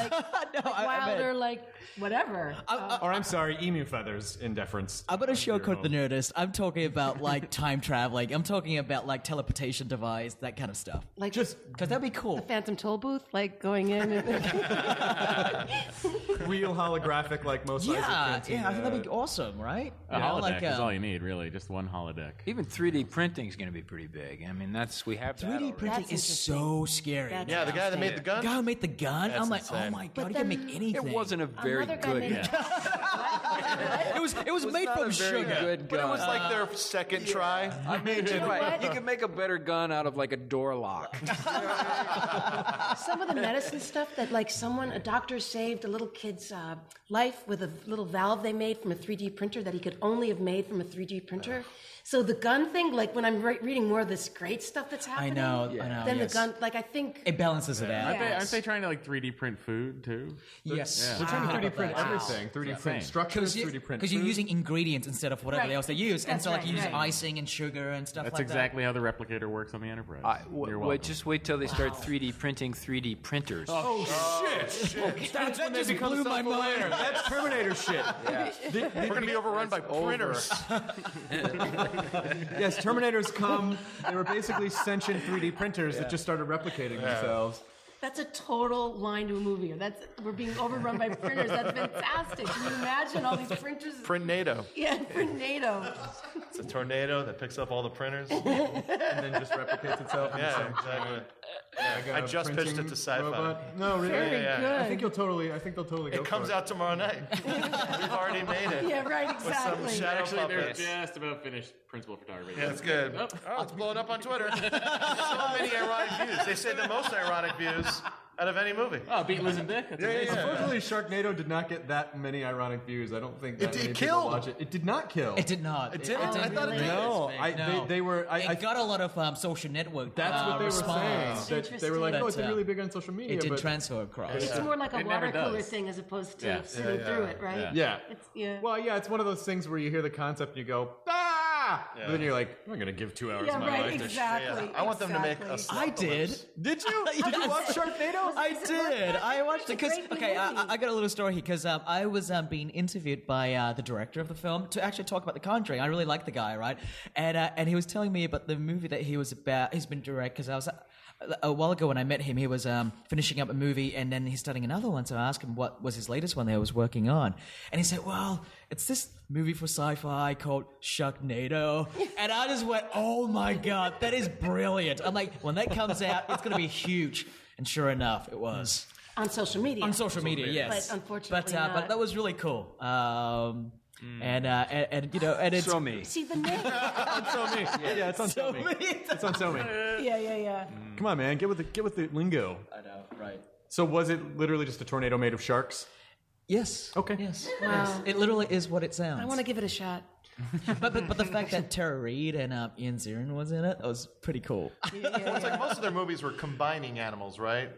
[SPEAKER 3] feathers.
[SPEAKER 9] like, like wilder, like whatever.
[SPEAKER 3] Or I'm sorry, emu feathers in deference.
[SPEAKER 7] I'm gonna show code the nerdist. I'm talking about like time traveling. I'm talking about like teleportation device, that kind of stuff.
[SPEAKER 9] Like
[SPEAKER 3] just
[SPEAKER 7] because that'd be cool.
[SPEAKER 9] Phantom toll booth, like going in. And
[SPEAKER 3] Real holographic, like most. uh,
[SPEAKER 7] Yeah,
[SPEAKER 3] Isaac
[SPEAKER 7] yeah, I think that'd be
[SPEAKER 3] Cantina.
[SPEAKER 7] awesome, right?
[SPEAKER 4] A
[SPEAKER 7] You know,
[SPEAKER 4] holodeck
[SPEAKER 7] like,
[SPEAKER 4] is
[SPEAKER 7] um,
[SPEAKER 4] all you need, really. Just one holodeck.
[SPEAKER 8] Even 3D printing is going to be pretty big. I mean, that's we have
[SPEAKER 7] 3D printing is so scary.
[SPEAKER 8] That's Yeah, the guy that made the gun?
[SPEAKER 7] The guy who made the gun.
[SPEAKER 8] That's
[SPEAKER 7] I'm like,
[SPEAKER 8] insane.
[SPEAKER 7] oh my god,
[SPEAKER 8] But
[SPEAKER 7] he can
[SPEAKER 8] then
[SPEAKER 7] make anything.
[SPEAKER 8] It wasn't a very
[SPEAKER 9] Another guy
[SPEAKER 8] good.
[SPEAKER 9] made a
[SPEAKER 7] It was it was, made
[SPEAKER 8] not
[SPEAKER 7] from
[SPEAKER 8] a very
[SPEAKER 7] sugar.
[SPEAKER 8] good
[SPEAKER 5] But it was
[SPEAKER 8] gun.
[SPEAKER 5] like their second try.
[SPEAKER 8] I mean,
[SPEAKER 5] You
[SPEAKER 8] you,
[SPEAKER 5] know what?
[SPEAKER 8] can make a better gun out of like a door lock.
[SPEAKER 9] some of the medicine stuff that like someone a doctor saved a little kid's uh, life with a little valve they made from a 3d printer that he could only have made from a 3d printer so the gun thing like when i'm re- reading more of this great stuff that's
[SPEAKER 7] I
[SPEAKER 9] happening
[SPEAKER 7] know, I know.
[SPEAKER 9] then
[SPEAKER 7] yes.
[SPEAKER 9] the gun like i think
[SPEAKER 7] It balances it out.
[SPEAKER 4] Aren't, they,
[SPEAKER 9] Yeah.
[SPEAKER 4] aren't they trying to like 3D print food too?
[SPEAKER 7] Yes.
[SPEAKER 4] Yeah.
[SPEAKER 3] We're trying to 3D print
[SPEAKER 7] Wow.
[SPEAKER 3] everything. 3D print structures.
[SPEAKER 7] Because
[SPEAKER 3] 3D print.
[SPEAKER 7] you're
[SPEAKER 3] food.
[SPEAKER 7] using ingredients instead of whatever
[SPEAKER 9] Right.
[SPEAKER 7] else they use, and
[SPEAKER 9] That's
[SPEAKER 7] so like
[SPEAKER 9] right,
[SPEAKER 7] you use
[SPEAKER 9] right.
[SPEAKER 7] icing and sugar and stuff
[SPEAKER 4] That's
[SPEAKER 7] like
[SPEAKER 4] exactly how the replicator works on the Enterprise.
[SPEAKER 8] I, w-
[SPEAKER 4] You're
[SPEAKER 8] wait,
[SPEAKER 4] welcome.
[SPEAKER 8] just wait till they start 3D printing 3D printers.
[SPEAKER 3] Oh, shit! That's when they
[SPEAKER 7] just
[SPEAKER 3] become
[SPEAKER 7] blew my mind.
[SPEAKER 3] self-aware. That's Terminator shit. The- the-
[SPEAKER 5] We're gonna be overrun by printers.
[SPEAKER 3] yes, Terminators come. They were basically sentient 3D printers that just started replicating themselves.
[SPEAKER 9] that's a total line to a movie that's we're being overrun by printers that's fantastic can you imagine all these printers
[SPEAKER 5] Print NATO.
[SPEAKER 9] yeah print nato
[SPEAKER 5] It's a tornado that picks up all the printers.
[SPEAKER 3] and then just replicates itself. in the
[SPEAKER 5] Yeah,
[SPEAKER 3] same-
[SPEAKER 5] exactly.
[SPEAKER 3] like a
[SPEAKER 5] I just pitched
[SPEAKER 3] printing
[SPEAKER 5] it to sci-fi.
[SPEAKER 3] robot. No, really.
[SPEAKER 9] very
[SPEAKER 5] yeah, yeah.
[SPEAKER 9] good
[SPEAKER 3] I think you'll totally. I think they'll totally. go
[SPEAKER 5] It comes
[SPEAKER 3] for
[SPEAKER 5] out tomorrow night. We've already made it.
[SPEAKER 9] yeah right
[SPEAKER 5] With some
[SPEAKER 9] exactly
[SPEAKER 5] shadow
[SPEAKER 10] Actually, they're
[SPEAKER 5] puppets.
[SPEAKER 10] just about finished principal photography.
[SPEAKER 5] Yeah, it's good.
[SPEAKER 10] Oh.
[SPEAKER 5] Oh, it's blowing up on Twitter. so many ironic views. They say the most ironic views out of any movie.
[SPEAKER 10] Oh, beat Liz and Dick. That's
[SPEAKER 5] yeah,
[SPEAKER 10] amazing.
[SPEAKER 5] yeah.
[SPEAKER 3] Unfortunately, Sharknado did not get that many ironic views. I don't think that
[SPEAKER 5] It- it
[SPEAKER 3] many
[SPEAKER 5] killed.
[SPEAKER 3] people watch it. It did not kill.
[SPEAKER 7] that. It did not.
[SPEAKER 5] It didn't? I thought it did.
[SPEAKER 3] No, I,
[SPEAKER 7] No.
[SPEAKER 3] They, they were. I,
[SPEAKER 7] it
[SPEAKER 3] I
[SPEAKER 7] got a lot of um, social network.
[SPEAKER 3] that's
[SPEAKER 7] uh,
[SPEAKER 3] what they
[SPEAKER 7] response.
[SPEAKER 3] were saying. That they were like, "Oh, it's
[SPEAKER 7] That's, uh,
[SPEAKER 3] really big on social media."
[SPEAKER 7] It did
[SPEAKER 3] but-
[SPEAKER 7] transfer across.
[SPEAKER 9] it's more like a
[SPEAKER 10] It never
[SPEAKER 9] water cooler
[SPEAKER 10] does.
[SPEAKER 9] thing as opposed to
[SPEAKER 4] Yeah.
[SPEAKER 9] sitting through it right
[SPEAKER 3] Yeah.
[SPEAKER 9] It's- yeah.
[SPEAKER 3] Well, yeah, it's one of those things where you hear the concept and you go, ah! But then you're like, I'm going to give two hours of
[SPEAKER 9] yeah
[SPEAKER 3] my
[SPEAKER 9] right
[SPEAKER 3] life to shit.
[SPEAKER 9] exactly
[SPEAKER 5] I want them to make
[SPEAKER 9] exactly.
[SPEAKER 5] a
[SPEAKER 7] I did.
[SPEAKER 3] Did you? Did you watch Sharknado?
[SPEAKER 7] I did. I watched it because
[SPEAKER 9] great
[SPEAKER 7] okay, I, I-
[SPEAKER 9] movie.
[SPEAKER 7] I got a little story here because um, I was um, being interviewed by uh, the director of the film to actually talk about The Conjuring. I really like the guy, right? And uh, and he was telling me about the movie that he was about. He's been direct because I was. Uh, a while ago, when I met him, he was um, finishing up a movie and then he's starting another one. So I asked him what was his latest one that he was working on. And he said, Well, it's this movie for sci fi called Sharknado. And I just went, Oh my God, that is brilliant. I'm like, When that comes out, it's going to be huge. And sure enough, it was.
[SPEAKER 9] on social media.
[SPEAKER 7] On social media, yes.
[SPEAKER 9] But unfortunately
[SPEAKER 7] but, uh,
[SPEAKER 9] not.
[SPEAKER 7] but that was really cool. Um,
[SPEAKER 5] Mm.
[SPEAKER 7] and, uh, and and you know, and it's
[SPEAKER 8] Show me.
[SPEAKER 9] See the name.
[SPEAKER 3] It's on me. Yeah, it's on so me. It's on so me.
[SPEAKER 11] Yeah, yeah, yeah.
[SPEAKER 3] Come on, man. Get with the get with the lingo.
[SPEAKER 7] I know, right?
[SPEAKER 3] So was it literally just a tornado made of sharks?
[SPEAKER 7] Yes.
[SPEAKER 3] Okay.
[SPEAKER 7] Yes. yes. It literally is what it sounds.
[SPEAKER 9] I want to give it a shot.
[SPEAKER 7] but, but but the fact that Tara Reid and um, Ian Ziering was in it, that was pretty cool.
[SPEAKER 5] Well, it's like most of their movies were combining animals, right?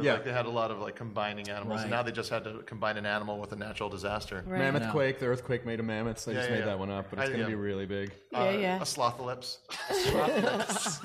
[SPEAKER 3] Yeah.
[SPEAKER 5] Like they had a lot of like combining animals, and
[SPEAKER 7] Right.
[SPEAKER 5] now they just had to combine an animal with a natural disaster.
[SPEAKER 3] Mammoth
[SPEAKER 7] No.
[SPEAKER 3] quake. The earthquake made of mammoths. I just
[SPEAKER 5] yeah,
[SPEAKER 3] made
[SPEAKER 5] yeah.
[SPEAKER 3] that one up, but
[SPEAKER 5] I-
[SPEAKER 3] it's going to
[SPEAKER 5] yeah.
[SPEAKER 3] be really big.
[SPEAKER 9] Yeah, yeah.
[SPEAKER 3] uh,
[SPEAKER 5] A slothalips.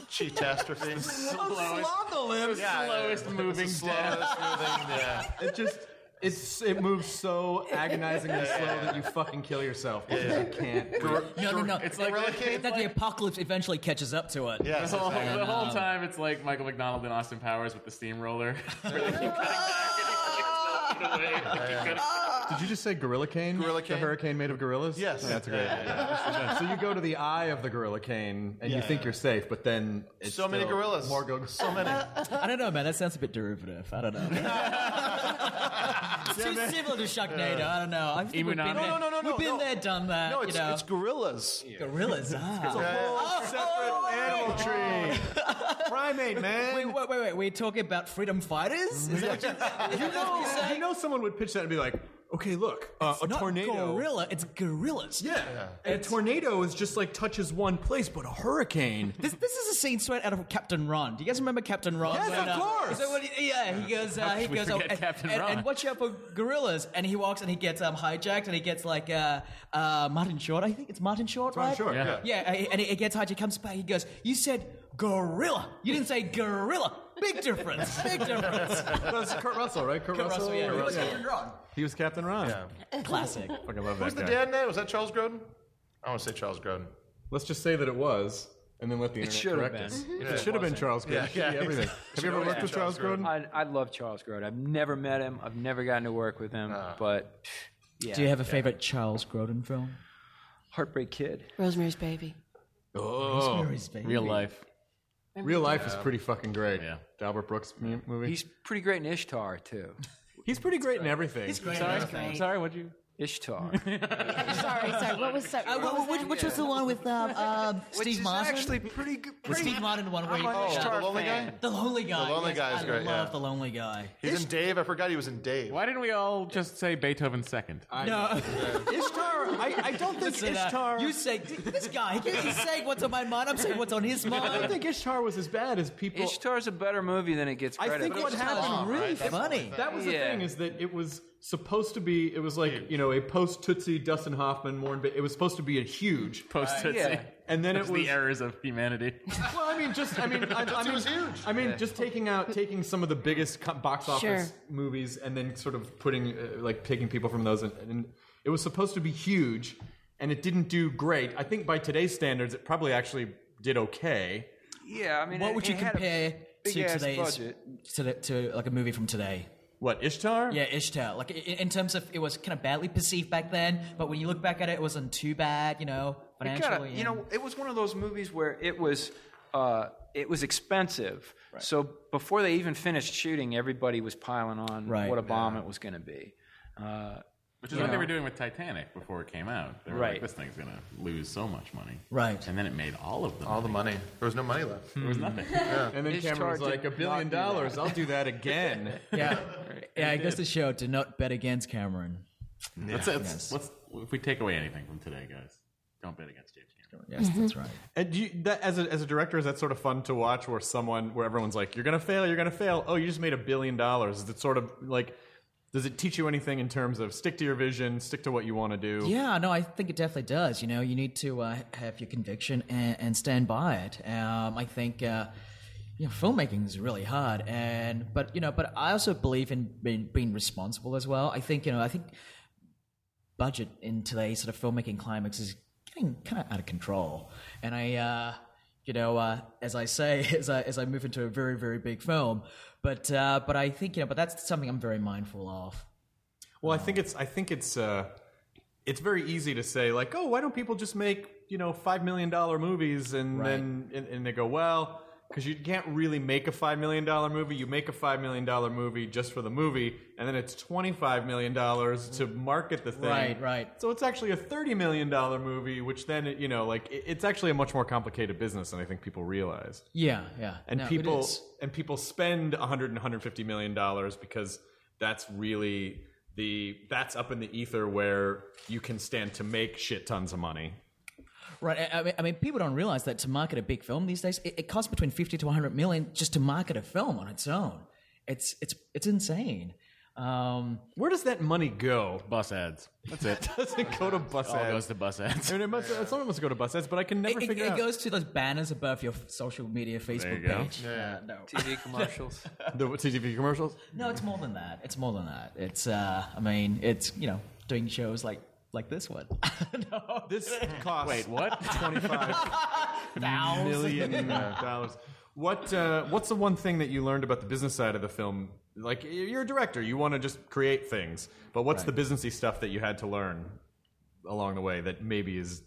[SPEAKER 5] Cheatastrophe.
[SPEAKER 3] Slothalips.
[SPEAKER 5] Yeah, yeah.
[SPEAKER 10] Slowest moving
[SPEAKER 5] Slowest
[SPEAKER 10] death.
[SPEAKER 5] moving, yeah.
[SPEAKER 3] It just it's it moves so agonizingly slow that you fucking kill yourself because you can't. breathe.
[SPEAKER 7] No, no, no. It's
[SPEAKER 10] like
[SPEAKER 5] Gorilla King?
[SPEAKER 7] that the apocalypse eventually catches up to it.
[SPEAKER 5] Yes,
[SPEAKER 10] The whole,
[SPEAKER 5] exactly.
[SPEAKER 10] the whole time, it's like Michael McDonald and Austin Powers with the steamroller. Where they keep cutting back and it's like it's not getting away. Keep cutting-
[SPEAKER 3] Did you just say gorilla cane?
[SPEAKER 5] Gorilla cane?
[SPEAKER 3] The hurricane made of gorillas?
[SPEAKER 5] Yes.
[SPEAKER 3] Yeah, that's a great.
[SPEAKER 5] Yeah,
[SPEAKER 3] So you go to the eye of the gorilla cane and you
[SPEAKER 5] Yeah.
[SPEAKER 3] think you're safe, but then it's
[SPEAKER 5] So many
[SPEAKER 3] still
[SPEAKER 5] gorillas.
[SPEAKER 3] More go-
[SPEAKER 5] So many.
[SPEAKER 7] I don't know, man. That sounds a bit derivative. I don't know. too similar to Sharknado. I don't know. I think we've been
[SPEAKER 5] Imunami.
[SPEAKER 7] there.
[SPEAKER 5] No, no, no, no,
[SPEAKER 7] We've been
[SPEAKER 5] no.
[SPEAKER 7] there, done that.
[SPEAKER 5] No, it's,
[SPEAKER 7] you know.
[SPEAKER 5] it's gorillas.
[SPEAKER 7] Gorillas, ah.
[SPEAKER 5] It's a whole separate animal tree. Primate, man.
[SPEAKER 7] Wait, wait, wait, wait. We're talking about freedom fighters? Is that what
[SPEAKER 3] You
[SPEAKER 7] you, is that what
[SPEAKER 3] know,
[SPEAKER 7] you're saying?
[SPEAKER 3] you know someone would pitch that and be like, okay, look, uh, a
[SPEAKER 7] not
[SPEAKER 3] tornado.
[SPEAKER 7] gorilla, it's gorillas.
[SPEAKER 3] Yeah. And a tornado is just like touches one place, but a hurricane.
[SPEAKER 7] This, this is a scene straight out of Captain Ron. Do you guys remember Captain Ron?
[SPEAKER 3] Yes, of
[SPEAKER 7] uh,
[SPEAKER 3] course.
[SPEAKER 7] so when he- yeah, he goes. Uh,
[SPEAKER 3] How
[SPEAKER 7] he
[SPEAKER 3] could we
[SPEAKER 7] goes. oh,
[SPEAKER 3] forget
[SPEAKER 7] and,
[SPEAKER 3] Captain
[SPEAKER 7] and,
[SPEAKER 3] Ron?
[SPEAKER 7] and watch out for gorillas. And he walks and he gets um, hijacked and he gets like uh, uh, Martin Short. I think it's Martin Short,
[SPEAKER 3] Martin Short,
[SPEAKER 7] right?
[SPEAKER 3] yeah.
[SPEAKER 7] Yeah. and- And he gets hijacked. Comes back. He goes. You said gorilla. You didn't say gorilla. Big difference. Big difference.
[SPEAKER 3] That's Kurt Russell, right? Kurt,
[SPEAKER 7] Kurt Russell, yeah. He was
[SPEAKER 3] Yeah.
[SPEAKER 7] Captain Ron.
[SPEAKER 3] He was Captain Ron.
[SPEAKER 7] Classic.
[SPEAKER 3] Fucking love
[SPEAKER 5] Who's
[SPEAKER 3] that
[SPEAKER 5] the
[SPEAKER 3] guy.
[SPEAKER 5] dad name? Was that Charles Grodin? I want to say Charles Grodin.
[SPEAKER 3] Let's just say that it was, and then let the
[SPEAKER 5] It
[SPEAKER 3] internet
[SPEAKER 5] should have
[SPEAKER 3] correct
[SPEAKER 5] been.
[SPEAKER 3] us.
[SPEAKER 5] Yeah.
[SPEAKER 3] It should have been Charles Grodin.
[SPEAKER 5] Yeah,
[SPEAKER 3] It should be
[SPEAKER 5] yeah,
[SPEAKER 3] everything.
[SPEAKER 5] exactly.
[SPEAKER 3] Have you ever
[SPEAKER 5] Should
[SPEAKER 3] worked
[SPEAKER 5] always
[SPEAKER 3] with
[SPEAKER 5] be
[SPEAKER 3] Charles
[SPEAKER 5] Charles
[SPEAKER 3] Grodin?
[SPEAKER 8] I, I love Charles Grodin. I've never met him. I've never gotten to work with him. but yeah,
[SPEAKER 7] Do you have a
[SPEAKER 8] yeah.
[SPEAKER 7] favorite Charles Grodin film?
[SPEAKER 8] Heartbreak Kid?
[SPEAKER 9] Rosemary's Baby.
[SPEAKER 3] Oh,
[SPEAKER 7] Rosemary's Baby.
[SPEAKER 3] real life.
[SPEAKER 9] Remember-
[SPEAKER 3] Real life is
[SPEAKER 8] Yeah.
[SPEAKER 3] pretty fucking great. Yeah. The Albert Brooks mu- movie.
[SPEAKER 8] He's pretty great in Ishtar too.
[SPEAKER 3] He's pretty great in everything.
[SPEAKER 8] He's great in
[SPEAKER 3] Sorry,
[SPEAKER 8] everything.
[SPEAKER 3] sorry, what'd you?
[SPEAKER 8] Ishtar.
[SPEAKER 9] sorry, sorry. What was that?
[SPEAKER 7] Uh, wh- wh- which, which was the one with um, um,
[SPEAKER 8] Which
[SPEAKER 7] Steve
[SPEAKER 8] is
[SPEAKER 7] Martin?
[SPEAKER 8] actually pretty good.
[SPEAKER 7] The Steve Martin one where
[SPEAKER 5] I'm
[SPEAKER 7] he
[SPEAKER 5] a
[SPEAKER 7] oh,
[SPEAKER 5] Star The Lonely fan. Guy?
[SPEAKER 7] The Lonely Guy.
[SPEAKER 5] The Lonely
[SPEAKER 7] yes,
[SPEAKER 5] Guy is
[SPEAKER 7] I
[SPEAKER 5] great,
[SPEAKER 7] love
[SPEAKER 5] yeah.
[SPEAKER 7] The Lonely Guy.
[SPEAKER 5] He's in Dave. I forgot he was in Dave.
[SPEAKER 10] Why didn't we all just say Beethoven second?
[SPEAKER 7] No,
[SPEAKER 3] Ishtar. I, I don't think
[SPEAKER 7] Listen, uh,
[SPEAKER 3] Ishtar.
[SPEAKER 7] you say this guy. He, he's saying what's on my mind. I'm saying what's on his
[SPEAKER 3] I don't
[SPEAKER 7] mind.
[SPEAKER 3] think Ishtar was as bad as people.
[SPEAKER 8] Ishtar's a better movie than it gets
[SPEAKER 3] I
[SPEAKER 8] credit.
[SPEAKER 3] think
[SPEAKER 8] But
[SPEAKER 3] what
[SPEAKER 8] it's
[SPEAKER 3] happened
[SPEAKER 8] long,
[SPEAKER 3] really
[SPEAKER 8] right? That's the
[SPEAKER 7] funny.
[SPEAKER 8] only thing.
[SPEAKER 3] That was the
[SPEAKER 8] Yeah.
[SPEAKER 3] thing is that it was supposed to be. It was like you know a post Tootsie Dustin Hoffman Warren. Ba- it was supposed to be a huge
[SPEAKER 10] Post Tootsie.
[SPEAKER 3] yeah. and then it
[SPEAKER 10] Just
[SPEAKER 3] was.
[SPEAKER 10] the errors of humanity.
[SPEAKER 3] Well, I mean, just I mean, I, I
[SPEAKER 5] Tootsie
[SPEAKER 3] mean,
[SPEAKER 5] was huge.
[SPEAKER 3] I mean, just taking out taking some of the biggest co- box office
[SPEAKER 9] Sure.
[SPEAKER 3] movies and then sort of putting uh, like taking people from those and, and it was supposed to be huge and it didn't do great. I think by today's standards, it probably actually did okay.
[SPEAKER 8] Yeah, I mean,
[SPEAKER 7] What
[SPEAKER 8] it-
[SPEAKER 7] would you
[SPEAKER 8] it had a
[SPEAKER 7] compare to
[SPEAKER 8] big-ass
[SPEAKER 7] today's
[SPEAKER 8] budget.
[SPEAKER 7] to, the, to like a movie from today?
[SPEAKER 3] What Ishtar?
[SPEAKER 7] Yeah, Ishtar. Like i- in terms of it was kind of badly perceived back then, but when you look back at it, it wasn't too bad. You know,
[SPEAKER 8] It
[SPEAKER 7] financially.
[SPEAKER 8] got a, you
[SPEAKER 7] and-
[SPEAKER 8] know, it was one of those movies where it was uh, it was expensive. So before they even finished shooting, everybody was piling on
[SPEAKER 7] Right.
[SPEAKER 8] what a bomb it was going to be. Uh,
[SPEAKER 10] Which is what they were doing with Titanic before it came out. They were
[SPEAKER 8] Right.
[SPEAKER 10] like, this thing's going to lose so much money.
[SPEAKER 7] Right.
[SPEAKER 10] And then it made all of them.
[SPEAKER 5] All the money. There was no money left.
[SPEAKER 4] Hmm.
[SPEAKER 10] There was nothing.
[SPEAKER 3] And then
[SPEAKER 8] Ishtar
[SPEAKER 3] Cameron was
[SPEAKER 8] did
[SPEAKER 3] like, a
[SPEAKER 8] not
[SPEAKER 3] billion
[SPEAKER 8] do that."
[SPEAKER 3] dollars, I'll do that again.
[SPEAKER 7] Yeah, yeah. It goes to show to not bet against Cameron.
[SPEAKER 10] Let's, let's, let's, if we take away anything from today, guys, don't bet against James Cameron.
[SPEAKER 7] Yes, that's
[SPEAKER 8] Mm-hmm.
[SPEAKER 7] right.
[SPEAKER 3] And do you, that, as, a, as a director, is that sort of fun to watch where someone, where everyone's like, you're going to fail, you're going to fail. Oh, you just made a billion dollars. Is it sort of like, does it teach you anything in terms of stick to your vision, stick to what you want to do?
[SPEAKER 7] Yeah, no, I think it definitely does. You know, you need to uh, have your conviction and, and stand by it. Um, I think uh, you know, filmmaking is really hard, and but you know, but I also believe in being, being responsible as well. I think you know, I think budget in today's sort of filmmaking climax is getting kind of out of control, and I. Uh, you know, uh, as I say, as I, as I move into a very, very big film, but uh, but I think you know, but that's something I'm very mindful of.
[SPEAKER 3] Well, I think it's, I think it's, uh, it's very easy to say like, oh, why don't people just make, you know, $5 million movies? And
[SPEAKER 7] Right.
[SPEAKER 3] then, and, and they go, well, because you can't really make a $5 million movie. You make a $5 million movie just for the movie, and then it's $25 million to market the thing.
[SPEAKER 7] Right, right.
[SPEAKER 3] So it's actually a thirty million dollar movie, which then you know, like it- it's actually a much more complicated business than I think people realize.
[SPEAKER 7] Yeah, yeah.
[SPEAKER 3] And
[SPEAKER 7] No, it
[SPEAKER 3] people
[SPEAKER 7] is.
[SPEAKER 3] and people spend a hundred and hundred fifty million dollars because that's really the that's up in the ether where you can stand to make shit tons of money.
[SPEAKER 7] Right. I- I mean, I mean, people don't realize that to market a big film these days, it, it costs between fifty to one hundred million just to market a film on its own. It's it's it's insane. Um,
[SPEAKER 3] Where does that money go?
[SPEAKER 10] Bus ads. That's it.
[SPEAKER 3] Does it go to bus
[SPEAKER 10] all goes
[SPEAKER 3] ads?
[SPEAKER 10] to bus ads.
[SPEAKER 3] I mean, it must, some of it must go to bus ads, but I can never
[SPEAKER 7] it, it-
[SPEAKER 3] figure
[SPEAKER 7] it
[SPEAKER 3] out.
[SPEAKER 7] goes to those banners above your social media Facebook
[SPEAKER 10] go.
[SPEAKER 7] page. Uh, no.
[SPEAKER 8] TV commercials.
[SPEAKER 3] the TV commercials.
[SPEAKER 7] no, it's more than that. It's more than that. It's uh, I mean, it's you know, doing shows like like this one. no,
[SPEAKER 3] This costs
[SPEAKER 10] Wait, what?
[SPEAKER 7] thousands.
[SPEAKER 3] million uh, dollars. What uh, what's the one thing that you learned about the business side of the film? Like y- you're a director, you want to just create things, but what's the businessy stuff that you had to learn along the way that maybe is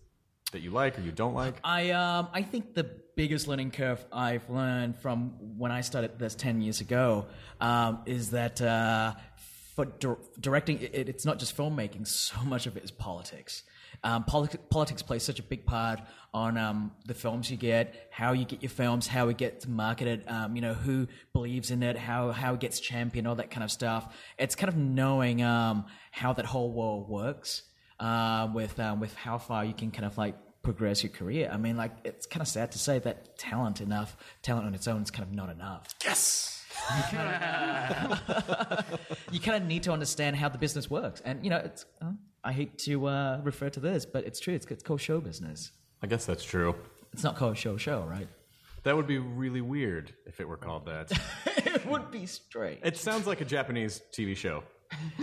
[SPEAKER 3] that you like or you don't like?
[SPEAKER 7] I um I think the biggest learning curve I've learned from when I started this ten years ago um, is that uh, for dir- directing, it, it's not just filmmaking. So much of it is politics. Um, polit- politics plays such a big part on um, the films you get, how you get your films, how it gets marketed, um, you know, who believes in it, how how it gets championed, all that kind of stuff. It's kind of knowing um, how that whole world works uh, with um, with how far you can kind of like progress your career. I mean, like it's kind of sad to say that talent enough, talent on its own is kind of not enough.
[SPEAKER 1] Yes.
[SPEAKER 7] you kind of need to understand how the business works, and you know, it's. Uh, I hate to uh, refer to this, but it's true. It's, it's called show business.
[SPEAKER 3] I guess that's true.
[SPEAKER 7] It's not called show show, right?
[SPEAKER 3] That would be really weird if it were called that.
[SPEAKER 7] it would be straight.
[SPEAKER 3] It sounds like a Japanese TV show.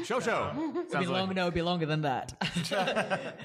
[SPEAKER 3] Show show.
[SPEAKER 7] It'd be long, no, it'd be longer than that.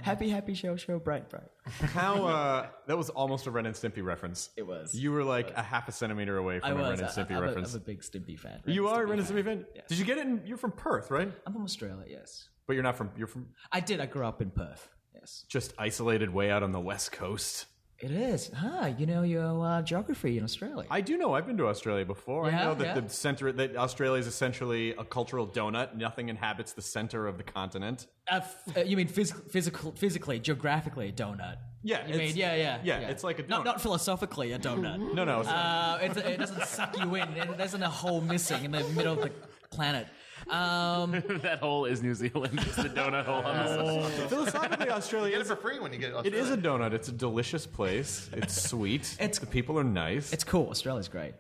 [SPEAKER 7] happy, happy show show, bright, bright.
[SPEAKER 3] How uh, that was almost a Ren and Stimpy reference.
[SPEAKER 7] It was.
[SPEAKER 3] You were like a half a centimeter away
[SPEAKER 7] I
[SPEAKER 3] from a
[SPEAKER 7] was.
[SPEAKER 3] Ren and
[SPEAKER 7] I-
[SPEAKER 3] Stimpy
[SPEAKER 7] I'm a-
[SPEAKER 3] reference.
[SPEAKER 7] I'm a big Stimpy fan.
[SPEAKER 3] you are a Ren and Stimpy fan.
[SPEAKER 7] Yes.
[SPEAKER 3] Did you get it? In, you're from Perth, right?
[SPEAKER 7] I'm from Australia. Yes.
[SPEAKER 3] But you're not from. You're from
[SPEAKER 7] I did. I grew up in Perth. Yes.
[SPEAKER 3] just isolated way out on the west coast.
[SPEAKER 7] It is. Ah, you know your uh, geography in Australia.
[SPEAKER 3] I do know. I've been to Australia before.
[SPEAKER 7] You
[SPEAKER 3] I know
[SPEAKER 7] have?
[SPEAKER 3] that
[SPEAKER 7] Yeah.
[SPEAKER 3] the center that Australia is essentially a cultural donut. Nothing inhabits the center of the continent.
[SPEAKER 7] Uh, f- uh, you mean phys- physical, physically, geographically, a donut?
[SPEAKER 3] Yeah,
[SPEAKER 7] You mean
[SPEAKER 3] it's-
[SPEAKER 7] yeah, yeah,
[SPEAKER 3] yeah, it's like a
[SPEAKER 7] Not,
[SPEAKER 3] donut.
[SPEAKER 7] not philosophically a donut.
[SPEAKER 3] No, no, it's
[SPEAKER 7] uh, it's, it doesn't suck you in. It, there isn't a hole missing in the middle of the planet. Um,
[SPEAKER 10] that hole is New Zealand. Just the donut hole on the side.
[SPEAKER 3] Philosophically, Australia
[SPEAKER 5] get it for free when you get
[SPEAKER 3] It
[SPEAKER 5] Australia.
[SPEAKER 3] is a donut. It's a delicious place. It's sweet. it's the people are nice. It's
[SPEAKER 7] cool. Australia's great.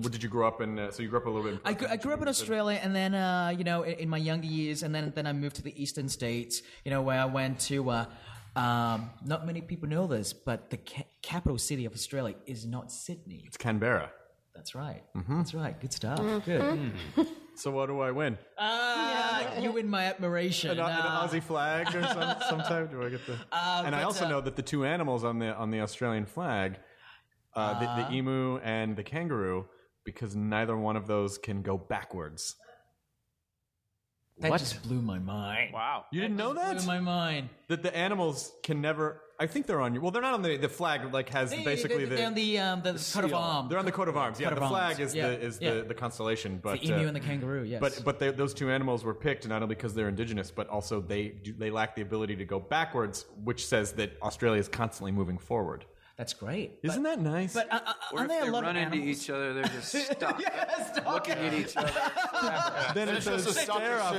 [SPEAKER 3] Did you grow up in? Uh, so you grew up a little bit. In
[SPEAKER 7] I grew, I grew up in Australia, and then uh, you know, in, in my younger years, and then then I moved to the eastern states. You know, where I went to. Uh, um, not many people know this, but the ca- capital city of Australia is not Sydney.
[SPEAKER 3] it's Canberra.
[SPEAKER 7] That's right.
[SPEAKER 3] Mm-hmm.
[SPEAKER 7] That's right. Good stuff. Good.
[SPEAKER 3] So what do I win?
[SPEAKER 7] Ah, you win my admiration.
[SPEAKER 3] An, Au- an
[SPEAKER 7] Ah.
[SPEAKER 3] Aussie flag or some, sometime? Do I get the? and I
[SPEAKER 7] but,
[SPEAKER 3] also
[SPEAKER 7] uh,
[SPEAKER 3] know that the two animals on the on the Australian flag, uh, the,
[SPEAKER 7] Uh.
[SPEAKER 3] the emu and the kangaroo, because neither one of those can go backwards.
[SPEAKER 7] That just blew my mind.
[SPEAKER 10] Wow.
[SPEAKER 3] You didn't know that?
[SPEAKER 7] Blew my mind.
[SPEAKER 3] That the animals can never. I think they're on. your- Well, they're not on the the flag. Like has
[SPEAKER 7] They-
[SPEAKER 3] basically
[SPEAKER 7] they- they're on the, um, the coat of
[SPEAKER 3] seal.
[SPEAKER 7] arms.
[SPEAKER 3] They're on the coat of arms. Yeah,
[SPEAKER 7] Coat of
[SPEAKER 3] the
[SPEAKER 7] arms.
[SPEAKER 3] flag is
[SPEAKER 7] Yeah,
[SPEAKER 3] the is
[SPEAKER 7] yeah.
[SPEAKER 3] the, the constellation. But
[SPEAKER 7] the emu
[SPEAKER 3] uh,
[SPEAKER 7] and the kangaroo. Yes.
[SPEAKER 3] But but they, those two animals were picked not only because they're indigenous, but also they do, they lack the ability to go backwards, which says that Australia is constantly moving forward.
[SPEAKER 7] that's great.
[SPEAKER 3] Isn't that nice?
[SPEAKER 7] But uh, uh,
[SPEAKER 8] Or
[SPEAKER 7] aren't
[SPEAKER 8] if
[SPEAKER 7] there
[SPEAKER 8] they
[SPEAKER 7] a lot
[SPEAKER 8] run
[SPEAKER 7] of
[SPEAKER 8] into
[SPEAKER 7] animals?
[SPEAKER 8] each other, they're just stuck.
[SPEAKER 7] Looking
[SPEAKER 8] at each other.
[SPEAKER 3] then it's a stare up.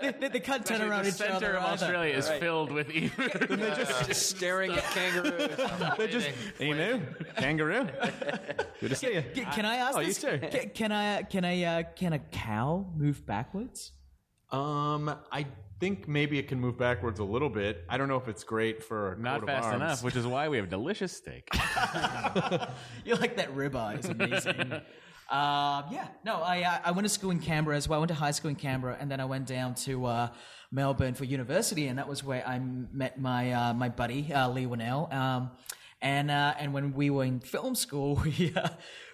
[SPEAKER 7] They, they, they can't turn around
[SPEAKER 10] the
[SPEAKER 7] each other.
[SPEAKER 10] center of
[SPEAKER 7] either.
[SPEAKER 10] Australia is
[SPEAKER 8] Right.
[SPEAKER 10] filled with emus.
[SPEAKER 3] Then they just
[SPEAKER 8] just staring at kangaroos.
[SPEAKER 3] they just emu kangaroo. Good to see you.
[SPEAKER 7] C- Can I ask?
[SPEAKER 3] Oh, you
[SPEAKER 7] this?
[SPEAKER 3] too.
[SPEAKER 7] C- Can I? Can I? Uh, can a cow move backwards?
[SPEAKER 3] Um, I think maybe it can move backwards a little bit. I don't know if it's great for a
[SPEAKER 10] Not
[SPEAKER 3] coat of
[SPEAKER 10] fast
[SPEAKER 3] arms. Oh,
[SPEAKER 10] enough, which is why we have delicious steak.
[SPEAKER 7] You're like that ribeye is amazing. Um, yeah, no, I uh, I went to school in Canberra as well. I went to high school in Canberra, and then I went down to uh, Melbourne for university, and that was where I met my uh, my buddy uh, Lee Winnell. Um, and uh, and when we were in film school, we uh,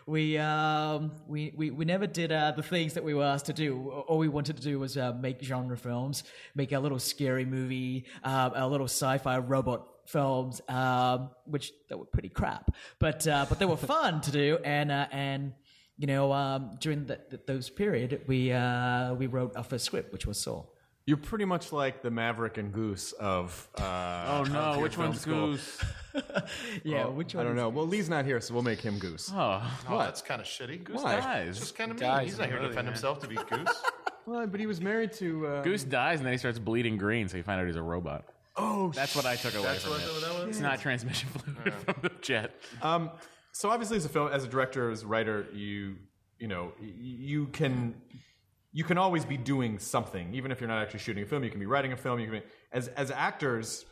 [SPEAKER 7] we, um, we we we never did uh, the things that we were asked to do. All we wanted to do was uh, make genre films, make a little scary movie, uh, a little sci-fi robot films, um, which they were pretty crap, but uh, but they were fun to do. And uh, and you know um, during the, th those period, we uh, we wrote our first script, which was Saw.
[SPEAKER 3] You're pretty much like the Maverick and Goose of. Uh,
[SPEAKER 10] Oh, no,
[SPEAKER 3] of your
[SPEAKER 10] which
[SPEAKER 3] film
[SPEAKER 10] one's
[SPEAKER 3] school.
[SPEAKER 10] Goose?
[SPEAKER 7] Yeah,
[SPEAKER 3] Well,
[SPEAKER 7] which
[SPEAKER 3] Oh, I don't
[SPEAKER 7] one?
[SPEAKER 3] know. Well, Lee's not here, so we'll make him Goose.
[SPEAKER 10] Oh,
[SPEAKER 5] Oh, that's kind of shitty. Goose
[SPEAKER 3] Why?
[SPEAKER 10] dies.
[SPEAKER 5] It's kind of mean.
[SPEAKER 8] Dies
[SPEAKER 5] He's
[SPEAKER 8] in
[SPEAKER 5] not
[SPEAKER 8] the
[SPEAKER 5] here to
[SPEAKER 8] movie,
[SPEAKER 5] defend
[SPEAKER 8] man.
[SPEAKER 5] himself to be Goose.
[SPEAKER 3] Well, but he was married to uh,
[SPEAKER 10] Goose dies and then he starts bleeding green, so you find out he's a robot.
[SPEAKER 3] Oh,
[SPEAKER 10] That's what I took away
[SPEAKER 5] That's
[SPEAKER 10] from
[SPEAKER 5] what
[SPEAKER 10] it.
[SPEAKER 5] that was?
[SPEAKER 10] It's not transmission fluid from the jet.
[SPEAKER 3] Um, so obviously, as a film, as a director, as a writer, you you know y- you can you can always be doing something, even if you're not actually shooting a film. You can be writing a film. You can be, as as actors.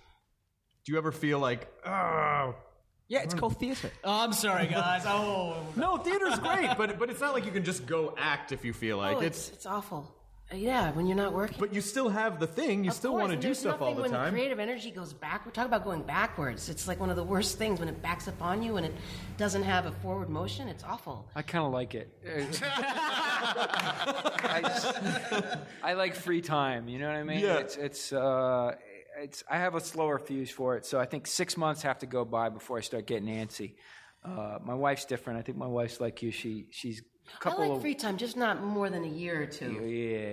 [SPEAKER 3] Do you ever feel like, oh,
[SPEAKER 7] Yeah, it's called theater. Oh, I'm sorry, guys. Oh,
[SPEAKER 3] no, theater's great, but but it's not like you can just go act if you feel like
[SPEAKER 9] oh,
[SPEAKER 3] it's.
[SPEAKER 9] it's it's awful. Uh, yeah, when you're not working.
[SPEAKER 3] But you still have the thing. You
[SPEAKER 9] Of
[SPEAKER 3] still
[SPEAKER 9] course,
[SPEAKER 3] want to
[SPEAKER 9] and
[SPEAKER 3] do
[SPEAKER 9] there's
[SPEAKER 3] stuff all
[SPEAKER 9] nothing when
[SPEAKER 3] the time.
[SPEAKER 9] creative energy goes backward. Talk about going backwards. It's like one of the worst things when it backs up on you and it doesn't have a forward motion. It's awful.
[SPEAKER 8] I kind of like it. I, just- I like free time. You know what I mean?
[SPEAKER 3] Yeah.
[SPEAKER 8] It's it's uh, it's. I have a slower fuse for it, so I think six months have to go by before I start getting antsy. Uh, my wife's different. I think my wife's like you. She she's
[SPEAKER 9] I
[SPEAKER 8] couple
[SPEAKER 9] like
[SPEAKER 8] of-
[SPEAKER 9] free time, just not more than a year or two.
[SPEAKER 8] Yeah.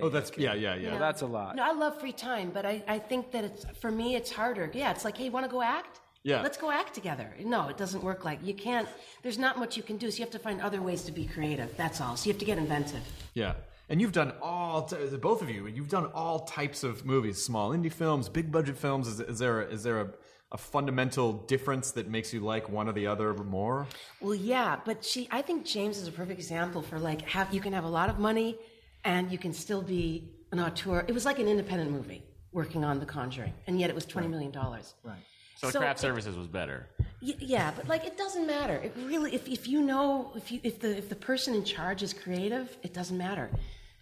[SPEAKER 3] Oh, that's yeah, yeah,
[SPEAKER 9] You
[SPEAKER 3] yeah.
[SPEAKER 9] know? No, I love free time, but I, I think that it's for me it's harder. Yeah, it's like, hey, want to go act?
[SPEAKER 3] Yeah.
[SPEAKER 9] Let's go act together. No, it doesn't work like you can't. There's not much you can do, so you have to find other ways to be creative. That's all. So you have to get inventive.
[SPEAKER 3] Yeah. And you've done all t- both of you. You've done all types of movies: small indie films, big budget films. Is, is there a, is there a, a fundamental difference that makes you like one or the other more?
[SPEAKER 9] Well, yeah, but she, I think James is a perfect example for like have you can have a lot of money, and you can still be an auteur. It was like an independent movie working on The Conjuring, and yet it was twenty million dollars. Right.
[SPEAKER 4] So,
[SPEAKER 9] So
[SPEAKER 4] craft
[SPEAKER 9] it-
[SPEAKER 4] services was better.
[SPEAKER 9] Y- yeah, but like it doesn't matter. It really, if, if you know, if you if the if the person in charge is creative, it doesn't matter.
[SPEAKER 8] Mm-hmm.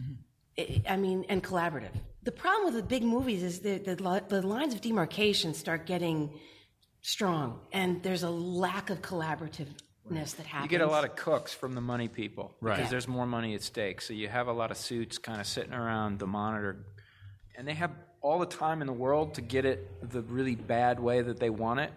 [SPEAKER 9] I- I mean, and collaborative. The problem with the big movies is that the, li- the lines of demarcation start getting strong, and there's a lack of collaborativeness that
[SPEAKER 8] You
[SPEAKER 9] happens.
[SPEAKER 8] get a lot of cooks from the money people
[SPEAKER 4] Right.
[SPEAKER 8] because there's more money at stake. So you have a lot of suits kind of sitting around the monitor, and they have all the time in the world to get it the really bad way that they want it.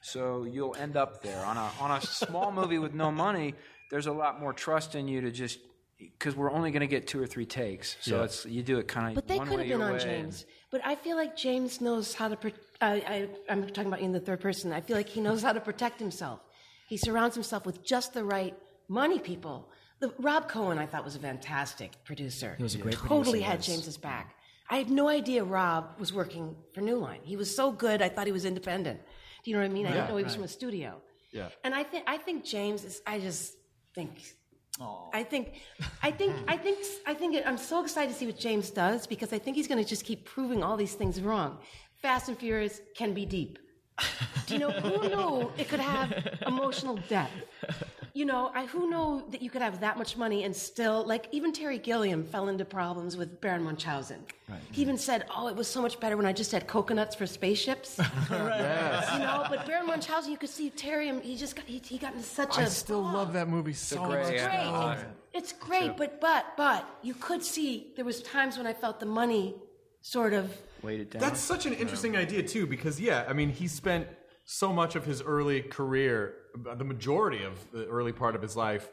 [SPEAKER 8] So you'll end up there on a on a small movie with no money. There's a lot more trust in you to just because we're only going to get two or three takes. So
[SPEAKER 9] Yeah.
[SPEAKER 8] it's you do it kind of.
[SPEAKER 9] But they
[SPEAKER 8] one
[SPEAKER 9] could have
[SPEAKER 8] way
[SPEAKER 9] been
[SPEAKER 8] your
[SPEAKER 9] on
[SPEAKER 8] way.
[SPEAKER 9] James. But I feel like James knows how to. Pro- I, I, I'm talking about in the third person. I feel like he knows how to protect himself. He surrounds himself with just the right money people. The, Rob Cohen, I thought, was a fantastic producer.
[SPEAKER 7] He was a great
[SPEAKER 9] Totally
[SPEAKER 7] producer,
[SPEAKER 9] had
[SPEAKER 7] yes.
[SPEAKER 9] James's back. I had no idea Rob was working for New Line. He was so good, I thought he was independent. Do you know what I mean? I
[SPEAKER 7] Right,
[SPEAKER 9] didn't know he was
[SPEAKER 7] right.
[SPEAKER 9] from a studio.
[SPEAKER 3] Yeah.
[SPEAKER 9] And I think I think James is. I just think. I think, I think, I think, I think. I'm so excited to see what James does because I think he's going to just keep proving all these things wrong. Fast and Furious can be deep. Do you know who knew it could have emotional depth? You know, I who knew that you could have that much money and still like even Terry Gilliam fell into problems with Baron Munchausen.
[SPEAKER 7] Right.
[SPEAKER 9] He even said, "Oh, it was so much better when I just had coconuts for spaceships."
[SPEAKER 3] Yes.
[SPEAKER 9] You know, but Baron Munchausen, you could see Terry. He just got he, he got into such a.
[SPEAKER 3] I still love that movie so
[SPEAKER 9] It's
[SPEAKER 3] much.
[SPEAKER 9] great.
[SPEAKER 3] now.
[SPEAKER 9] It's great, but but but you could see there was times when I felt the money sort of
[SPEAKER 8] Weighted down.
[SPEAKER 3] That's such an interesting idea too, because yeah, I mean, he spent so much of his early career, the majority of the early part of his life,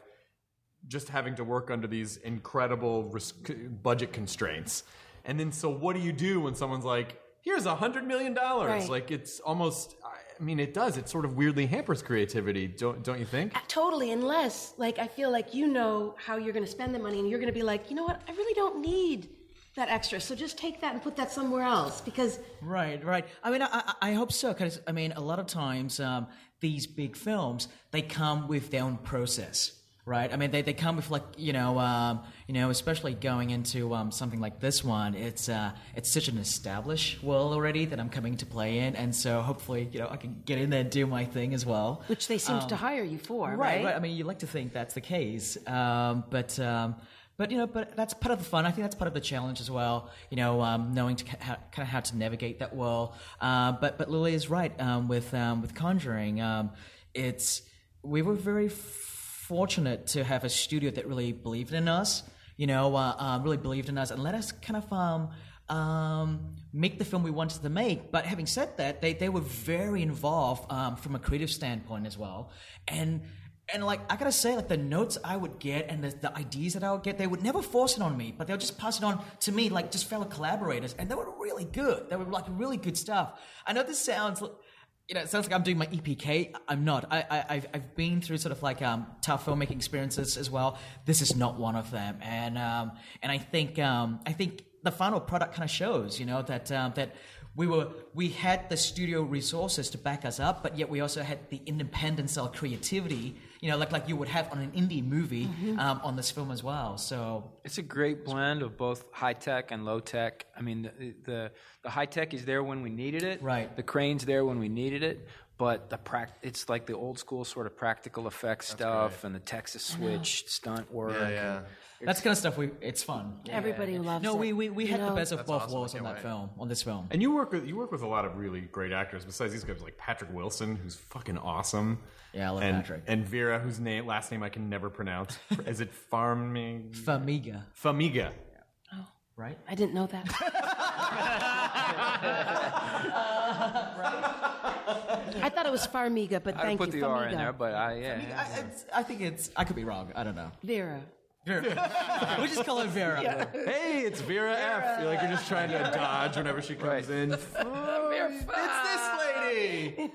[SPEAKER 3] just having to work under these incredible risk, budget constraints. And then, so what do you do when someone's like, "Here's a hundred million dollars"?
[SPEAKER 9] Right.
[SPEAKER 3] Like, it's almost. I mean, it does. It sort of weirdly hampers creativity, don't don't you think?
[SPEAKER 9] totally unless like I feel like you know how you're going to spend the money and you're going to be like, "You know what? I really don't need that extra. So just take that and put that somewhere else because
[SPEAKER 7] Right, right. I mean, I, I I hope so because I mean, a lot of times um, these big films they come with their own process, right? I mean, they, they come with like you know, um, you know, especially going into um, something like this one. It's uh, it's such an established world already that I'm coming to play in, and so hopefully, you know, I can get in there and do my thing as well.
[SPEAKER 9] which they seemed
[SPEAKER 7] Um,
[SPEAKER 9] to hire you for, right?
[SPEAKER 7] right, I mean, you like to think that's the case, um, but um, but you know, but that's part of the fun. I think that's part of the challenge as well. You know, um, knowing to ca- how, kind of how to navigate that world. Uh, but but Lily is right um, with um, with Conjuring. Um, it's we were very fortunate to have a studio that really believed in us. You know, uh, uh, really believed in us and let us kind of. Um, um, make the film we wanted to make. But having said that, they, they were very involved um, from a creative standpoint as well. And and like I gotta say, like the notes I would get and the, the ideas that I would get, they would never force it on me, but they'll just pass it on to me, like just fellow collaborators, and they were really good. They were like really good stuff. I know this sounds. li- you know, it sounds like I'm doing my EPK. I'm not. I, I, I've, I've been through sort of like um, tough filmmaking experiences as well. This is not one of them, and um, and I think um, I think the final product kind of shows, you know, that um, that we were we had the studio resources to back us up, but yet we also had the independence or creativity, you know, like like you would have on an indie movie um, on this film as well. So
[SPEAKER 8] It's a great blend of both high tech and low tech. I mean, the, the the high tech is there when we needed it. Right. The crane's there when we needed it, but the prac it's like the old school sort of practical effects stuff and the Texas
[SPEAKER 7] I know.
[SPEAKER 8] switch stunt work.
[SPEAKER 7] Yeah, yeah. that's kind of stuff. We it's fun.
[SPEAKER 9] Everybody loves
[SPEAKER 7] No,
[SPEAKER 9] it.
[SPEAKER 7] we we, we
[SPEAKER 9] You
[SPEAKER 7] had the
[SPEAKER 9] know?
[SPEAKER 7] best of both worlds on that film. On this film.
[SPEAKER 3] And you work with you work with a lot of really great actors. Besides these guys, like Patrick Wilson, who's fucking awesome.
[SPEAKER 7] Yeah, I love
[SPEAKER 3] and,
[SPEAKER 7] Patrick.
[SPEAKER 3] And Vera, whose name last name I can never pronounce. Is it Farming?
[SPEAKER 7] Famiga.
[SPEAKER 3] Famiga.
[SPEAKER 7] Right.
[SPEAKER 9] I didn't know that. I thought it was Farmiga, but
[SPEAKER 8] I
[SPEAKER 9] thank
[SPEAKER 8] put
[SPEAKER 9] you,
[SPEAKER 8] the R in
[SPEAKER 9] Farmiga.
[SPEAKER 8] there, but I yeah.
[SPEAKER 7] I, it's, I think it's. I could be wrong. I don't know.
[SPEAKER 9] Vera.
[SPEAKER 6] we just call her Vera.
[SPEAKER 3] Yeah. Hey, it's Vera, F. You're like you're just trying to dodge whenever she comes in. it's this lady.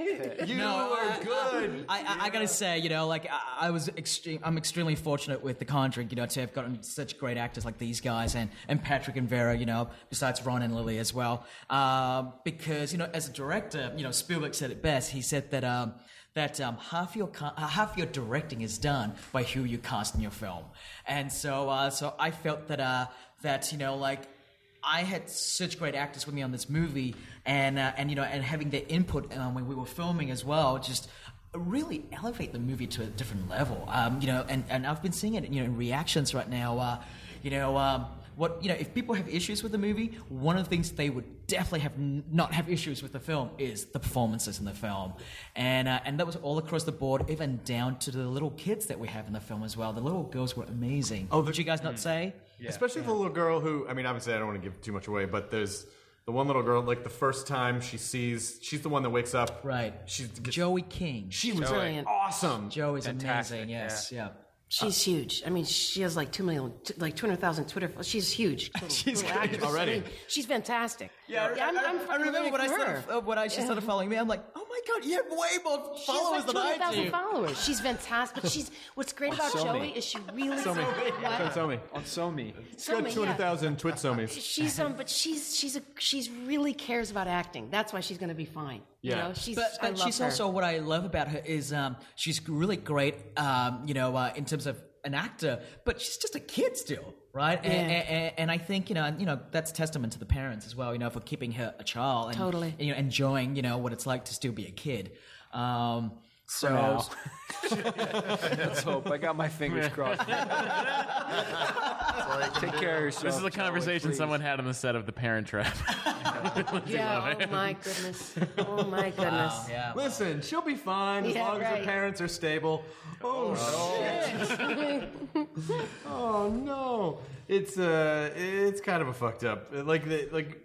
[SPEAKER 3] You are good.
[SPEAKER 7] I, I, I gotta say, you know, like I, I was extreme. I'm extremely fortunate with The Conjuring, you know, to have gotten such great actors like these guys and and Patrick and Vera, you know, besides Ron and Lily as well. Um, because you know, as a director, you know, Spielberg said it best. He said that. Um, that um, half your ca- uh, half your directing is done by who you cast in your film, and so uh, so I felt that uh, that you know like I had such great actors with me on this movie, and uh, and you know, and having their input um, when we were filming as well, just really elevate the movie to a different level. Um, you know, and, and I've been seeing it, you know, in reactions right now. Uh, you know, um, what you know, if people have issues with the movie, one of the things they would definitely have n- not have issues with the film is the performances in the film, and uh, and that was all across the board, even down to the little kids that we have in the film as well. The little girls were amazing. Oh, did you guys not say?
[SPEAKER 3] Especially the little girl who, I mean, obviously I don't want to give too much away, but there's the one little girl, like the first time she sees, she's the one that wakes up.
[SPEAKER 7] Right.
[SPEAKER 3] She's
[SPEAKER 7] Joey King.
[SPEAKER 3] She was
[SPEAKER 9] Joey.
[SPEAKER 3] awesome.
[SPEAKER 7] Joey's
[SPEAKER 9] Fantastic,
[SPEAKER 7] amazing. Yes. Yeah.
[SPEAKER 9] She's huge. I mean, she has like two million, t- like two hundred thousand Twitter. fo- She's huge. she's
[SPEAKER 7] great already.
[SPEAKER 9] she's fantastic. Yeah, I'm,
[SPEAKER 7] I-
[SPEAKER 9] I'm
[SPEAKER 7] I
[SPEAKER 9] fucking
[SPEAKER 7] remember
[SPEAKER 9] like
[SPEAKER 7] when I
[SPEAKER 9] her.
[SPEAKER 7] started, uh, when I she
[SPEAKER 9] Yeah.
[SPEAKER 7] started following me. I'm like, oh my god, you have way more
[SPEAKER 9] She has
[SPEAKER 7] followers
[SPEAKER 9] like
[SPEAKER 7] than I
[SPEAKER 9] 200,000
[SPEAKER 7] do.
[SPEAKER 9] followers. She's fantastic. But she's what's great about
[SPEAKER 3] Somi.
[SPEAKER 9] Joey is she really
[SPEAKER 3] Somi.
[SPEAKER 9] what?
[SPEAKER 3] Somi.
[SPEAKER 8] On Somi.
[SPEAKER 3] She's got
[SPEAKER 9] Somi, yeah.
[SPEAKER 3] 200,000 twit Somis.
[SPEAKER 9] She's um, but she's she's a she's really cares about acting. That's why she's going to be fine. you know? she's
[SPEAKER 7] but,
[SPEAKER 9] I
[SPEAKER 7] but
[SPEAKER 9] love
[SPEAKER 7] she's
[SPEAKER 9] her.
[SPEAKER 7] also what I love about her is um, she's really great, um, you know, uh, in terms of an actor, but she's just a kid still, right? And,
[SPEAKER 9] Yeah.
[SPEAKER 7] and, and- and I think you know, and, you know, that's testament to the parents as well, you know, for keeping her a child and
[SPEAKER 9] Totally.
[SPEAKER 7] you know, enjoying you know what it's like to still be a kid. Um, so
[SPEAKER 8] now. Let's hope. I got my fingers crossed. Take care of yourself.
[SPEAKER 4] This is a
[SPEAKER 8] Joey,
[SPEAKER 4] conversation
[SPEAKER 8] Oh, please.
[SPEAKER 4] someone had on the set of The Parent Trap.
[SPEAKER 9] yeah. Oh my goodness. Oh my goodness.
[SPEAKER 7] yeah.
[SPEAKER 3] Listen, she'll be fine as
[SPEAKER 9] Yeah,
[SPEAKER 3] long as her
[SPEAKER 9] right.
[SPEAKER 3] parents are stable. Oh, shit. oh no. It's uh it's kind of a fucked up. Like the like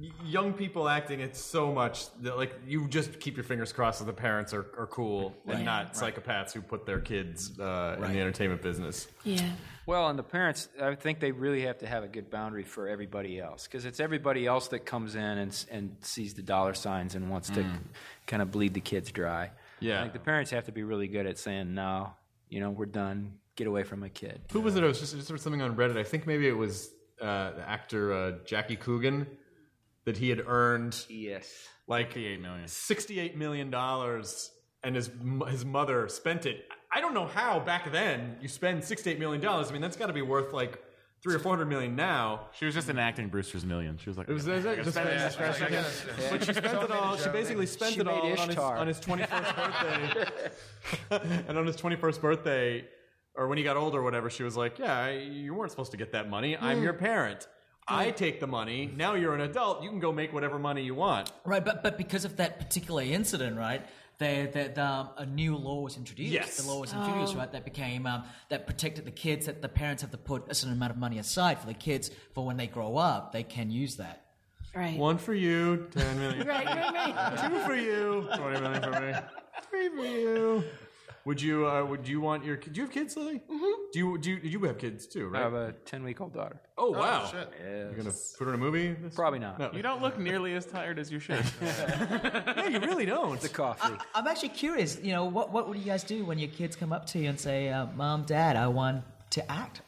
[SPEAKER 3] y- young people acting it's so much that like you just keep your fingers crossed that the parents are, are cool
[SPEAKER 8] Right.
[SPEAKER 3] and not psychopaths who put their kids uh, in the entertainment business.
[SPEAKER 9] Yeah.
[SPEAKER 8] Well, and the parents, I think they really have to have a good boundary for everybody else because it's everybody else that comes in and, s- and sees the dollar signs and wants to
[SPEAKER 4] Mm.
[SPEAKER 8] kind of bleed the kids dry.
[SPEAKER 3] Yeah.
[SPEAKER 8] I think the parents have to be really good at saying, no, you know, we're done. Get away from my kid.
[SPEAKER 3] Who was it? I was just, just heard something on Reddit. I think maybe it was uh, the actor uh, Jackie Coogan that he had earned
[SPEAKER 8] yes
[SPEAKER 3] like eight million, sixty-eight million dollars, and his m- his mother spent it. I don't know how back then you spend sixty-eight million dollars. I mean, that's got to be worth like three or four hundred million now.
[SPEAKER 4] She was just enacting Brewster's Million. She was like,
[SPEAKER 3] It was, it was- it was-
[SPEAKER 4] Spend
[SPEAKER 3] yeah,
[SPEAKER 4] it, spend it,
[SPEAKER 3] yeah.
[SPEAKER 4] spend it.
[SPEAKER 3] But she spent it all. She
[SPEAKER 4] Joe.
[SPEAKER 3] basically spent
[SPEAKER 4] She
[SPEAKER 3] it all
[SPEAKER 4] made
[SPEAKER 3] on his,
[SPEAKER 4] Ishtar.
[SPEAKER 3] on his 21st birthday. and on his 21st birthday, or when he got older or whatever, she was like, Yeah, I- you weren't supposed to get that money. I'm
[SPEAKER 7] Mm.
[SPEAKER 3] your parent. I take the money. Now you're an adult. You can go make whatever money you want.
[SPEAKER 7] Right, but but because of that particular incident, right? They, that um, a new law was introduced.
[SPEAKER 3] Yes.
[SPEAKER 7] The law was introduced,
[SPEAKER 3] Oh.
[SPEAKER 7] right? That became um, that protected the kids. That the parents have to put a certain amount of money aside for the kids for when they grow up, they can use that.
[SPEAKER 9] Right.
[SPEAKER 3] One for you, 10 million.
[SPEAKER 9] Right, right, right.
[SPEAKER 3] Two for you, 20 million for me. Three for you. Would you uh, would you want your do you have kids, Lily? Mm-hmm. Do you do you, you have kids too, right?
[SPEAKER 8] I
[SPEAKER 4] Uh,
[SPEAKER 8] have a 10 week old daughter.
[SPEAKER 3] Oh wow!
[SPEAKER 8] shit.
[SPEAKER 3] You're gonna put her in a movie?
[SPEAKER 8] Probably not.
[SPEAKER 3] No.
[SPEAKER 4] You don't look nearly as tired as you should.
[SPEAKER 3] no, you really don't. The
[SPEAKER 8] coffee.
[SPEAKER 7] I'm actually curious. You know, what what would you guys do when your kids come up to you and say, uh, "Mom, Dad, I want to act,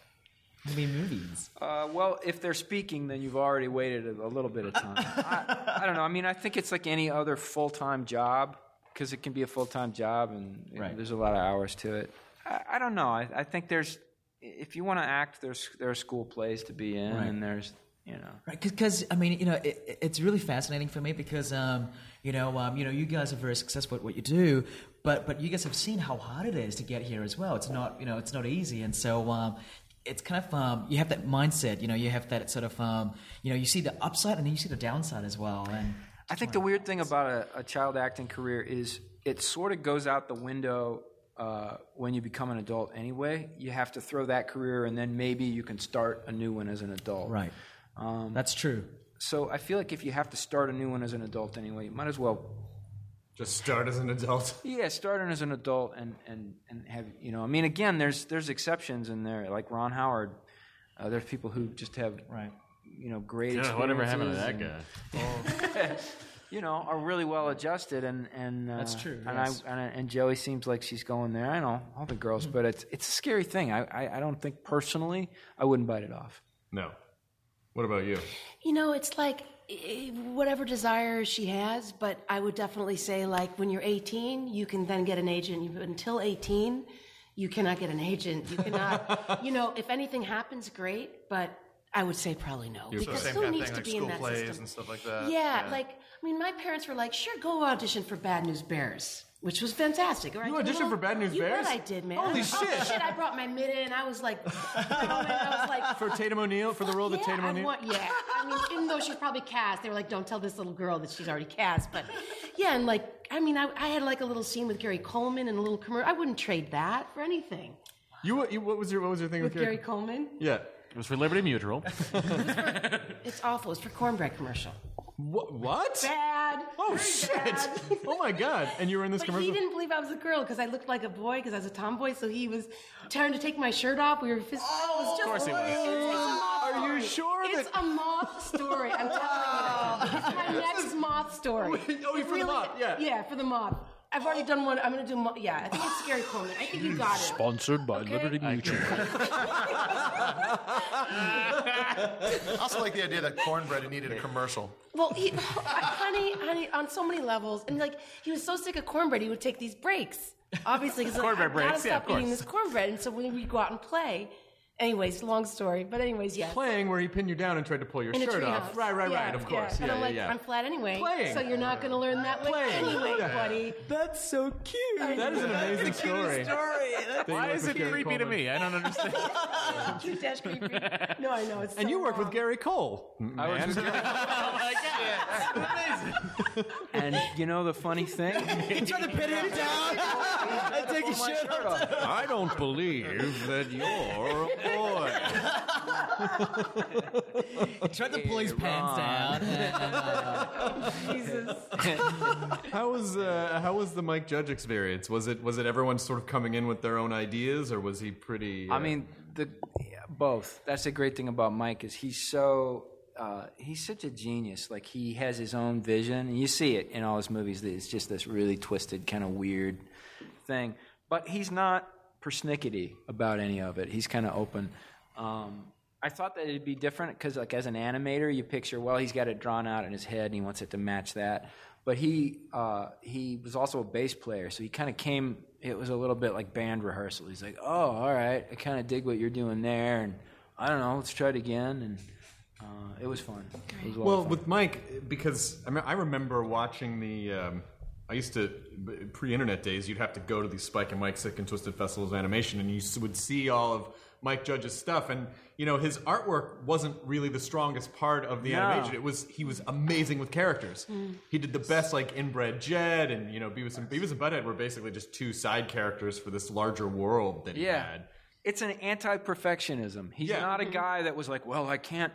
[SPEAKER 7] I mean movies."
[SPEAKER 8] Uh, well, if they're speaking, then you've already waited a, a little bit of time. I, I don't know. I mean, I think it's like any other full time job because it can be a full time job and you know, there's a lot of hours to it. I, I don't know. I, I think there's, if you want to act, there's there are school plays to be in
[SPEAKER 7] Right.
[SPEAKER 8] and there's, you know.
[SPEAKER 7] Right, because I mean, you know, it, it- it's really fascinating for me because, um, you know, um, you know, you guys are very successful at what you do, but but you guys have seen how hard it is to get here as well. It's not, you know, it's not easy, and so um, it's kind of um, you have that mindset, you know, you have that sort of, um, you know, you see the upside and then you see the downside as well, and
[SPEAKER 8] I think the weird thing about a, a child acting career is it sort of goes out the window uh, when you become an adult anyway. You have to throw that career and then maybe you can start a new one as an adult.
[SPEAKER 7] Right.
[SPEAKER 8] Um,
[SPEAKER 7] That's true.
[SPEAKER 8] So I feel like if you have to start a new one as an adult anyway, you might as well
[SPEAKER 3] Just start as an adult.
[SPEAKER 8] Yeah, starting as an adult and and and have you know, I mean, again, there's there's exceptions in there, like Ron Howard. Uh, there's people who just have right, you know, great.
[SPEAKER 10] Yeah, whatever happened to that
[SPEAKER 8] experiences and- you know, are really well adjusted, and and uh,
[SPEAKER 6] That's true,
[SPEAKER 8] And
[SPEAKER 6] yes.
[SPEAKER 8] I and, I, and Joey seems like she's going there. I know all the girls, but it's it's a scary thing. I, I I don't think personally I wouldn't bite it off.
[SPEAKER 3] No. What about you?
[SPEAKER 9] You know, it's like eh, whatever desire she has, but I would definitely say, like, when you're 18, you can then get an agent. You- Until 18, you cannot get an agent. You cannot, you know, if anything happens, great, but I would say probably no.
[SPEAKER 5] You're
[SPEAKER 9] because
[SPEAKER 5] same
[SPEAKER 9] who
[SPEAKER 5] kind of
[SPEAKER 9] needs to
[SPEAKER 5] thing, like
[SPEAKER 9] be in
[SPEAKER 5] school
[SPEAKER 9] that
[SPEAKER 5] plays
[SPEAKER 9] system?
[SPEAKER 5] and stuff like that.
[SPEAKER 9] yeah, like, I mean, my parents were like, sure, go audition for Bad News Bears. Which was fantastic. All right,
[SPEAKER 3] You auditioned
[SPEAKER 9] Little-
[SPEAKER 3] for Bad News
[SPEAKER 9] you
[SPEAKER 3] Bears?
[SPEAKER 9] bet I did, man.
[SPEAKER 3] Holy
[SPEAKER 9] Oh,
[SPEAKER 3] shit.
[SPEAKER 9] shit, I brought my mid in. I was like, I was like,
[SPEAKER 3] For Tatum O'Neill, for the role that
[SPEAKER 9] Uh, yeah,
[SPEAKER 3] Tatum
[SPEAKER 9] I
[SPEAKER 3] O'Neill.
[SPEAKER 9] want- yeah, I mean, even though she's probably cast, they were like, "Don't tell this little girl that she's already cast." But yeah, and like, I mean, I, I had like a little scene with Gary Coleman and a little commercial. I wouldn't trade that for anything
[SPEAKER 3] You, you what was your what was your thing
[SPEAKER 9] with
[SPEAKER 3] with,
[SPEAKER 9] Gary Coleman.
[SPEAKER 3] Yeah.
[SPEAKER 4] It was for Liberty Mutual.
[SPEAKER 9] It's awful. It's for cornbread commercial.
[SPEAKER 3] What? What?
[SPEAKER 9] Bad.
[SPEAKER 3] Oh
[SPEAKER 9] Very
[SPEAKER 3] shit!
[SPEAKER 9] bad.
[SPEAKER 3] oh my god! And you were in this
[SPEAKER 9] But he
[SPEAKER 3] commercial.
[SPEAKER 9] didn't believe I was a girl because I looked like a boy because I was a tomboy. So he was trying to take my shirt off. We were fist- oh,
[SPEAKER 3] of course he was.
[SPEAKER 9] Are
[SPEAKER 3] you sure?
[SPEAKER 9] It's a moth story. I'm telling you, it's my next moth story.
[SPEAKER 3] oh,
[SPEAKER 9] It
[SPEAKER 3] for the moth, yeah.
[SPEAKER 9] yeah, for the moth. I've already done one. I'm gonna do. Mo- yeah, I think it's Gary Coleman. I think you got it.
[SPEAKER 12] Sponsored by Liberty Mutual.
[SPEAKER 5] I also like the idea that cornbread needed a commercial.
[SPEAKER 9] Well, he, honey, honey, on so many levels, and like he was so sick of cornbread, he would take these breaks. Obviously, he's like, I
[SPEAKER 5] Cornbread
[SPEAKER 9] gotta
[SPEAKER 5] breaks, yeah,
[SPEAKER 9] stop
[SPEAKER 5] of course.
[SPEAKER 9] eating this cornbread, and so when we go out and play, anyways, long story, but anyways, yeah.
[SPEAKER 3] Playing where he pinned you down and tried to pull your
[SPEAKER 9] In a
[SPEAKER 3] shirt off.
[SPEAKER 9] treehouse.
[SPEAKER 3] Right, right,
[SPEAKER 9] Yeah,
[SPEAKER 3] right. Of
[SPEAKER 9] yeah.
[SPEAKER 3] course.
[SPEAKER 9] And
[SPEAKER 3] Yeah,
[SPEAKER 9] I'm
[SPEAKER 3] yeah,
[SPEAKER 9] like,
[SPEAKER 3] yeah.
[SPEAKER 9] I'm flat anyway,
[SPEAKER 3] Playing.
[SPEAKER 9] so you're not gonna learn that way
[SPEAKER 3] Playing.
[SPEAKER 9] anyway,
[SPEAKER 3] Yeah.
[SPEAKER 9] buddy.
[SPEAKER 7] That's so cute.
[SPEAKER 3] That is an amazing story.
[SPEAKER 10] Why is it creepy to me? I don't understand.
[SPEAKER 9] Cute dash creepy. No, I know it's.
[SPEAKER 3] And
[SPEAKER 9] so
[SPEAKER 3] you worked with Gary Cole.
[SPEAKER 8] I was
[SPEAKER 3] man.
[SPEAKER 8] with Gary- And you know the funny thing?
[SPEAKER 7] You try to pin him down and take his shirt off.
[SPEAKER 12] I don't believe that you're a boy.
[SPEAKER 7] Tried to pull his pants down.
[SPEAKER 9] Jesus.
[SPEAKER 3] how was uh, how was the Mike Judge experience? Was it was it everyone sort of coming in with their own ideas, or was he pretty? Uh,
[SPEAKER 8] I mean, the yeah, both. That's the great thing about Mike is he's so uh, he's such a genius. Like he has his own vision, and you see it in all his movies. That it's just this really twisted, kind of weird thing. But he's not persnickety about any of it. He's kind of open. Um, I thought that it'd be different because, like, as an animator, you picture well, he's got it drawn out in his head, and he wants it to match that. But he uh, he was also a bass player, so he kind of came. It was a little bit like band rehearsal. He's like, "Oh, all right, I kind of dig what you're doing there, and I don't know, let's try it again." And uh, it was fun. It was a lot of
[SPEAKER 3] Well,
[SPEAKER 8] fun.
[SPEAKER 3] with Mike, because I mean, I remember watching the. Um, I used to b- pre-internet days. You'd have to go to these Spike and Mike Sick and Twisted Festivals of Animation, and you s- would see all of Mike Judge's stuff. And you know, his artwork wasn't really the strongest part of the
[SPEAKER 12] No.
[SPEAKER 3] animation. It was he was amazing with characters.
[SPEAKER 12] Mm.
[SPEAKER 3] He did the best, like inbred Jed, and you know, Beavis and Beavis and Butthead were basically just two side characters for this larger world that he
[SPEAKER 8] yeah.
[SPEAKER 3] had.
[SPEAKER 8] It's an anti-perfectionism. He's
[SPEAKER 3] Yeah.
[SPEAKER 8] not a
[SPEAKER 3] Mhm.
[SPEAKER 8] guy that was like, "Well, I can't,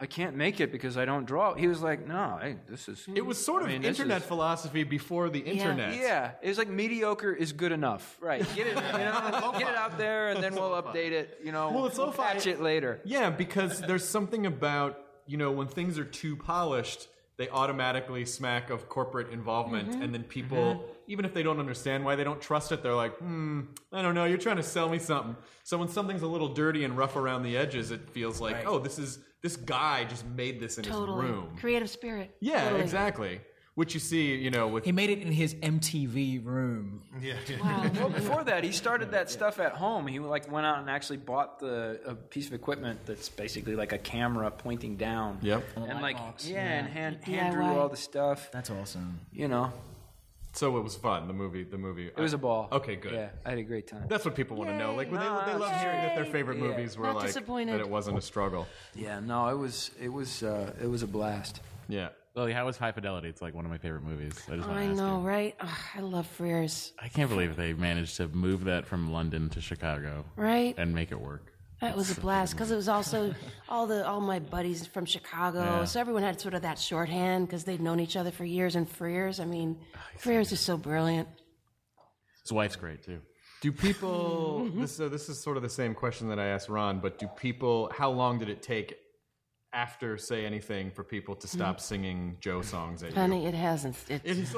[SPEAKER 8] I can't make it because I don't draw." He was like, "No, hey, this is."
[SPEAKER 3] It was sort
[SPEAKER 8] I
[SPEAKER 3] of
[SPEAKER 8] mean, this
[SPEAKER 3] internet
[SPEAKER 8] is-
[SPEAKER 3] philosophy before the internet.
[SPEAKER 8] Yeah. it was like mediocre is good enough. Right, get it, you know, get it out there, and then we'll update it. You know,
[SPEAKER 3] Well, it's
[SPEAKER 8] we'll
[SPEAKER 3] lo-fi.
[SPEAKER 8] patch it later.
[SPEAKER 3] Yeah, because there's something about, you know, when things are too polished, they automatically smack of corporate involvement.
[SPEAKER 8] Mm-hmm.
[SPEAKER 12] Mhm.
[SPEAKER 3] And then people, even if they don't understand why they don't trust it, they're like, hmm, I don't know, you're trying to sell me something. So when something's a little dirty and rough around the edges, it feels like,
[SPEAKER 9] Right.
[SPEAKER 3] oh, this is, this guy just made this in
[SPEAKER 9] Totally.
[SPEAKER 3] his room.
[SPEAKER 9] Creative spirit.
[SPEAKER 3] Yeah,
[SPEAKER 9] Totally.
[SPEAKER 3] exactly. Which you see, you know, with. He
[SPEAKER 7] made it in his MTV room.
[SPEAKER 5] Yeah.
[SPEAKER 8] well, before that, he started that stuff at home. He like went out and actually bought the a piece of equipment that's basically like a camera pointing down.
[SPEAKER 3] Yep.
[SPEAKER 8] And like, yeah, and hand,
[SPEAKER 7] Yeah.
[SPEAKER 8] hand drew
[SPEAKER 7] DIY.
[SPEAKER 8] all the stuff.
[SPEAKER 7] That's awesome.
[SPEAKER 8] You know.
[SPEAKER 3] So it was fun. The movie. The movie.
[SPEAKER 8] It was a ball.
[SPEAKER 3] Okay, good.
[SPEAKER 8] Yeah, I had a great time.
[SPEAKER 3] That's what people want to know. Like when they, they love hearing that their favorite
[SPEAKER 8] Yeah.
[SPEAKER 3] movies were like that. It wasn't a struggle.
[SPEAKER 8] Yeah, no, it was it was uh, it was a blast.
[SPEAKER 3] Yeah.
[SPEAKER 4] Lily, how was High Fidelity? It's like one of my favorite movies. I just want
[SPEAKER 9] Oh, I
[SPEAKER 4] to ask
[SPEAKER 9] know,
[SPEAKER 4] you.
[SPEAKER 9] right? Ugh, I love Frears.
[SPEAKER 4] I can't believe they managed to move that from London to Chicago,
[SPEAKER 9] Right?
[SPEAKER 4] And make it work.
[SPEAKER 9] That was a blast because it was also all the all my buddies from Chicago,
[SPEAKER 11] Yeah.
[SPEAKER 9] so everyone had sort of that shorthand because they'd known each other for years. And Frears, I mean,
[SPEAKER 11] Oh,
[SPEAKER 9] Frears is so brilliant.
[SPEAKER 4] His wife's great too.
[SPEAKER 3] Do people? this, so this is sort of the same question that I asked Ron, but do people? How long did it take after say anything for people to
[SPEAKER 9] Mm-hmm.
[SPEAKER 3] stop singing Joe songs at you?
[SPEAKER 9] Honey, it hasn't. It,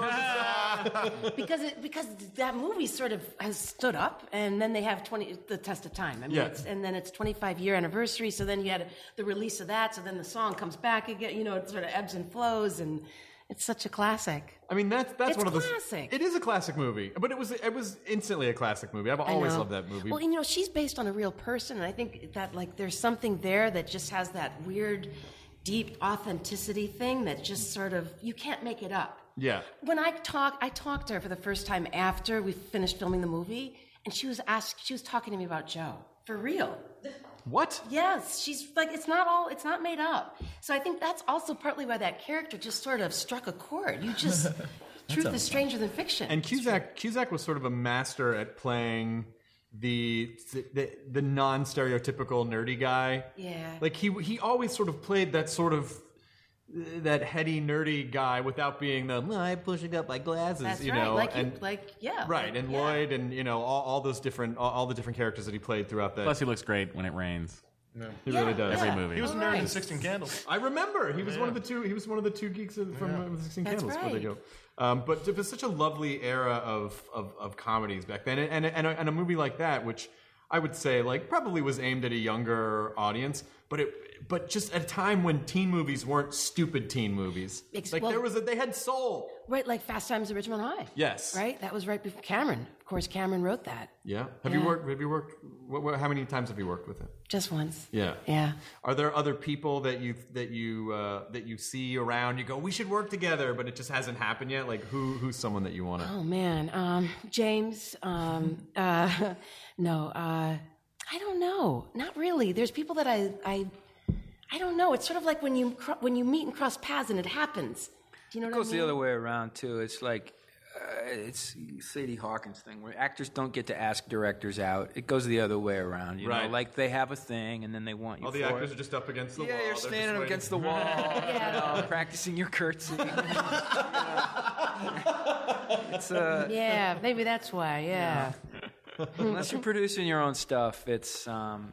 [SPEAKER 11] because
[SPEAKER 9] it, because that movie sort of has stood up, and then they have twenty the test of time. I mean,
[SPEAKER 11] Yeah.
[SPEAKER 9] it's, and then it's twenty five year anniversary. So then you had the release of that. So then the song comes back again. You know, it sort of ebbs and flows, and it's such a classic.
[SPEAKER 3] I mean, that's that's
[SPEAKER 9] It's
[SPEAKER 3] one of those.
[SPEAKER 9] classic.
[SPEAKER 3] It is a classic movie, but it was it was instantly a classic movie. I've
[SPEAKER 9] I
[SPEAKER 3] always
[SPEAKER 9] know.
[SPEAKER 3] loved that movie.
[SPEAKER 9] Well, you know, she's based on a real person, and I think that like there's something there that just has that weird, deep authenticity thing that just sort of you can't make it up.
[SPEAKER 3] yeah.
[SPEAKER 9] When I talk, I talked to her for the first time after we finished filming the movie, and she was asked, she was talking to me about Joe for real.
[SPEAKER 3] What?
[SPEAKER 9] Yes, she's like, it's not all, it's not made up. So I think that's also partly why that character just sort of struck a chord. You just, truth
[SPEAKER 3] a-
[SPEAKER 9] is stranger than fiction.
[SPEAKER 3] And Cusack Cusack was sort of a master at playing the the, the non stereotypical nerdy guy.
[SPEAKER 9] Yeah.
[SPEAKER 3] Like he he always sort of played that sort of that heady nerdy guy without being the "Well, I'm pushing up my glasses,
[SPEAKER 9] that's
[SPEAKER 3] you
[SPEAKER 9] right.
[SPEAKER 3] know,
[SPEAKER 9] like,
[SPEAKER 3] and
[SPEAKER 9] you, like, yeah.
[SPEAKER 3] right and Lloyd and you know all, all those different all, all the different characters that he played throughout that.
[SPEAKER 4] Plus, he looks great when it rains.
[SPEAKER 3] He really does.
[SPEAKER 4] Every movie.
[SPEAKER 5] He was a nerd in
[SPEAKER 3] Nice.
[SPEAKER 5] Sixteen Candles.
[SPEAKER 3] I remember he was one of the two. He was one of the two geeks of, from
[SPEAKER 5] Yeah.
[SPEAKER 3] uh, Sixteen
[SPEAKER 5] That's
[SPEAKER 3] Candles. Where they go.
[SPEAKER 5] right.
[SPEAKER 3] Um, but it was such a lovely era of of, of comedies back then, and and, and, a, and a movie like that, which I would say like probably was aimed at a younger audience, but it but just at a time when teen movies weren't stupid teen movies.
[SPEAKER 9] Ex-
[SPEAKER 3] like
[SPEAKER 9] well-
[SPEAKER 3] there was a, they had soul.
[SPEAKER 9] Right, like Fast Times at Richmond High.
[SPEAKER 3] Yes.
[SPEAKER 9] Right? That was right before Cameron. Of course, Cameron wrote that
[SPEAKER 3] Yeah. Have
[SPEAKER 9] Yeah.
[SPEAKER 3] you worked? Have you worked? What, what, how many times have you worked with it?
[SPEAKER 9] just once.
[SPEAKER 3] Yeah.
[SPEAKER 9] Yeah.
[SPEAKER 3] Are there other people that you that you uh, that you see around? You go, we should work together, but it just hasn't happened yet. Like, who who's someone that you want to?
[SPEAKER 9] Oh man, um, James. Um, uh, no, uh, I don't know. Not really. There's people that I, I, I don't know. It's sort of like when you cro- when you meet and cross paths and it happens. Do you know
[SPEAKER 8] It
[SPEAKER 9] what
[SPEAKER 8] goes
[SPEAKER 9] I mean?
[SPEAKER 8] the other way around too. It's like uh, it's Sadie Hawkins thing where actors don't get to ask directors out. It goes the other way around. You
[SPEAKER 3] Right.
[SPEAKER 8] know, like they have a thing and then they want you.
[SPEAKER 3] All the
[SPEAKER 8] for
[SPEAKER 3] actors
[SPEAKER 8] it.
[SPEAKER 3] are just up against the
[SPEAKER 8] yeah,
[SPEAKER 3] wall.
[SPEAKER 8] you're
[SPEAKER 3] They're
[SPEAKER 8] standing
[SPEAKER 3] just
[SPEAKER 8] up
[SPEAKER 3] waiting.
[SPEAKER 8] against the wall, you know, practicing your curtsy. it's uh,
[SPEAKER 9] yeah, maybe that's why. Yeah.
[SPEAKER 8] unless you're producing your own stuff, it's um,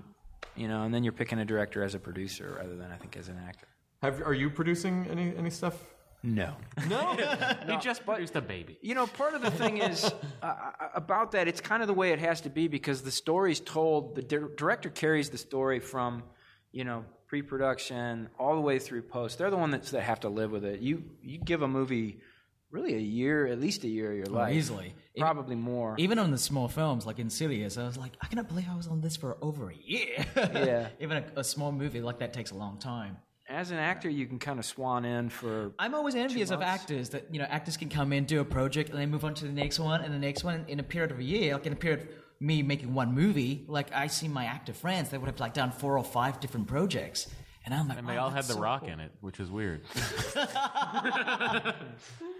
[SPEAKER 8] you know, and then you're picking a director as a producer rather than I think as an actor.
[SPEAKER 3] Have are you producing any any stuff?
[SPEAKER 8] No.
[SPEAKER 4] He just produced a baby.
[SPEAKER 8] You know, part of the thing is uh, uh, about that. It's kind of the way it has to be because the story's told. The dir- director carries the story from, you know, pre-production all the way through post. They're the one that's, that have to live with it. You you give a movie really a year, at least a year of your
[SPEAKER 13] Oh,
[SPEAKER 8] life,
[SPEAKER 13] easily. E
[SPEAKER 8] probably more.
[SPEAKER 13] Even on the small films like Insidious, I was like, I cannot believe I was on this for over a year.
[SPEAKER 8] Yeah.
[SPEAKER 13] Even a, a small movie like that takes a long time.
[SPEAKER 8] As an actor, you can kind of swan in for.
[SPEAKER 13] I'm always envious of
[SPEAKER 8] months.
[SPEAKER 13] actors that you know actors can come in, do a project, and then move on to the next one and the next one in a period of a year, like in a period of me making one movie. Like I see my actor friends, they would have like done four or five different projects, and I'm like,
[SPEAKER 7] Oh,
[SPEAKER 4] And they
[SPEAKER 13] wow,
[SPEAKER 4] all
[SPEAKER 13] that's
[SPEAKER 4] had The
[SPEAKER 13] so
[SPEAKER 4] Rock
[SPEAKER 13] cool.
[SPEAKER 4] in it, which is weird.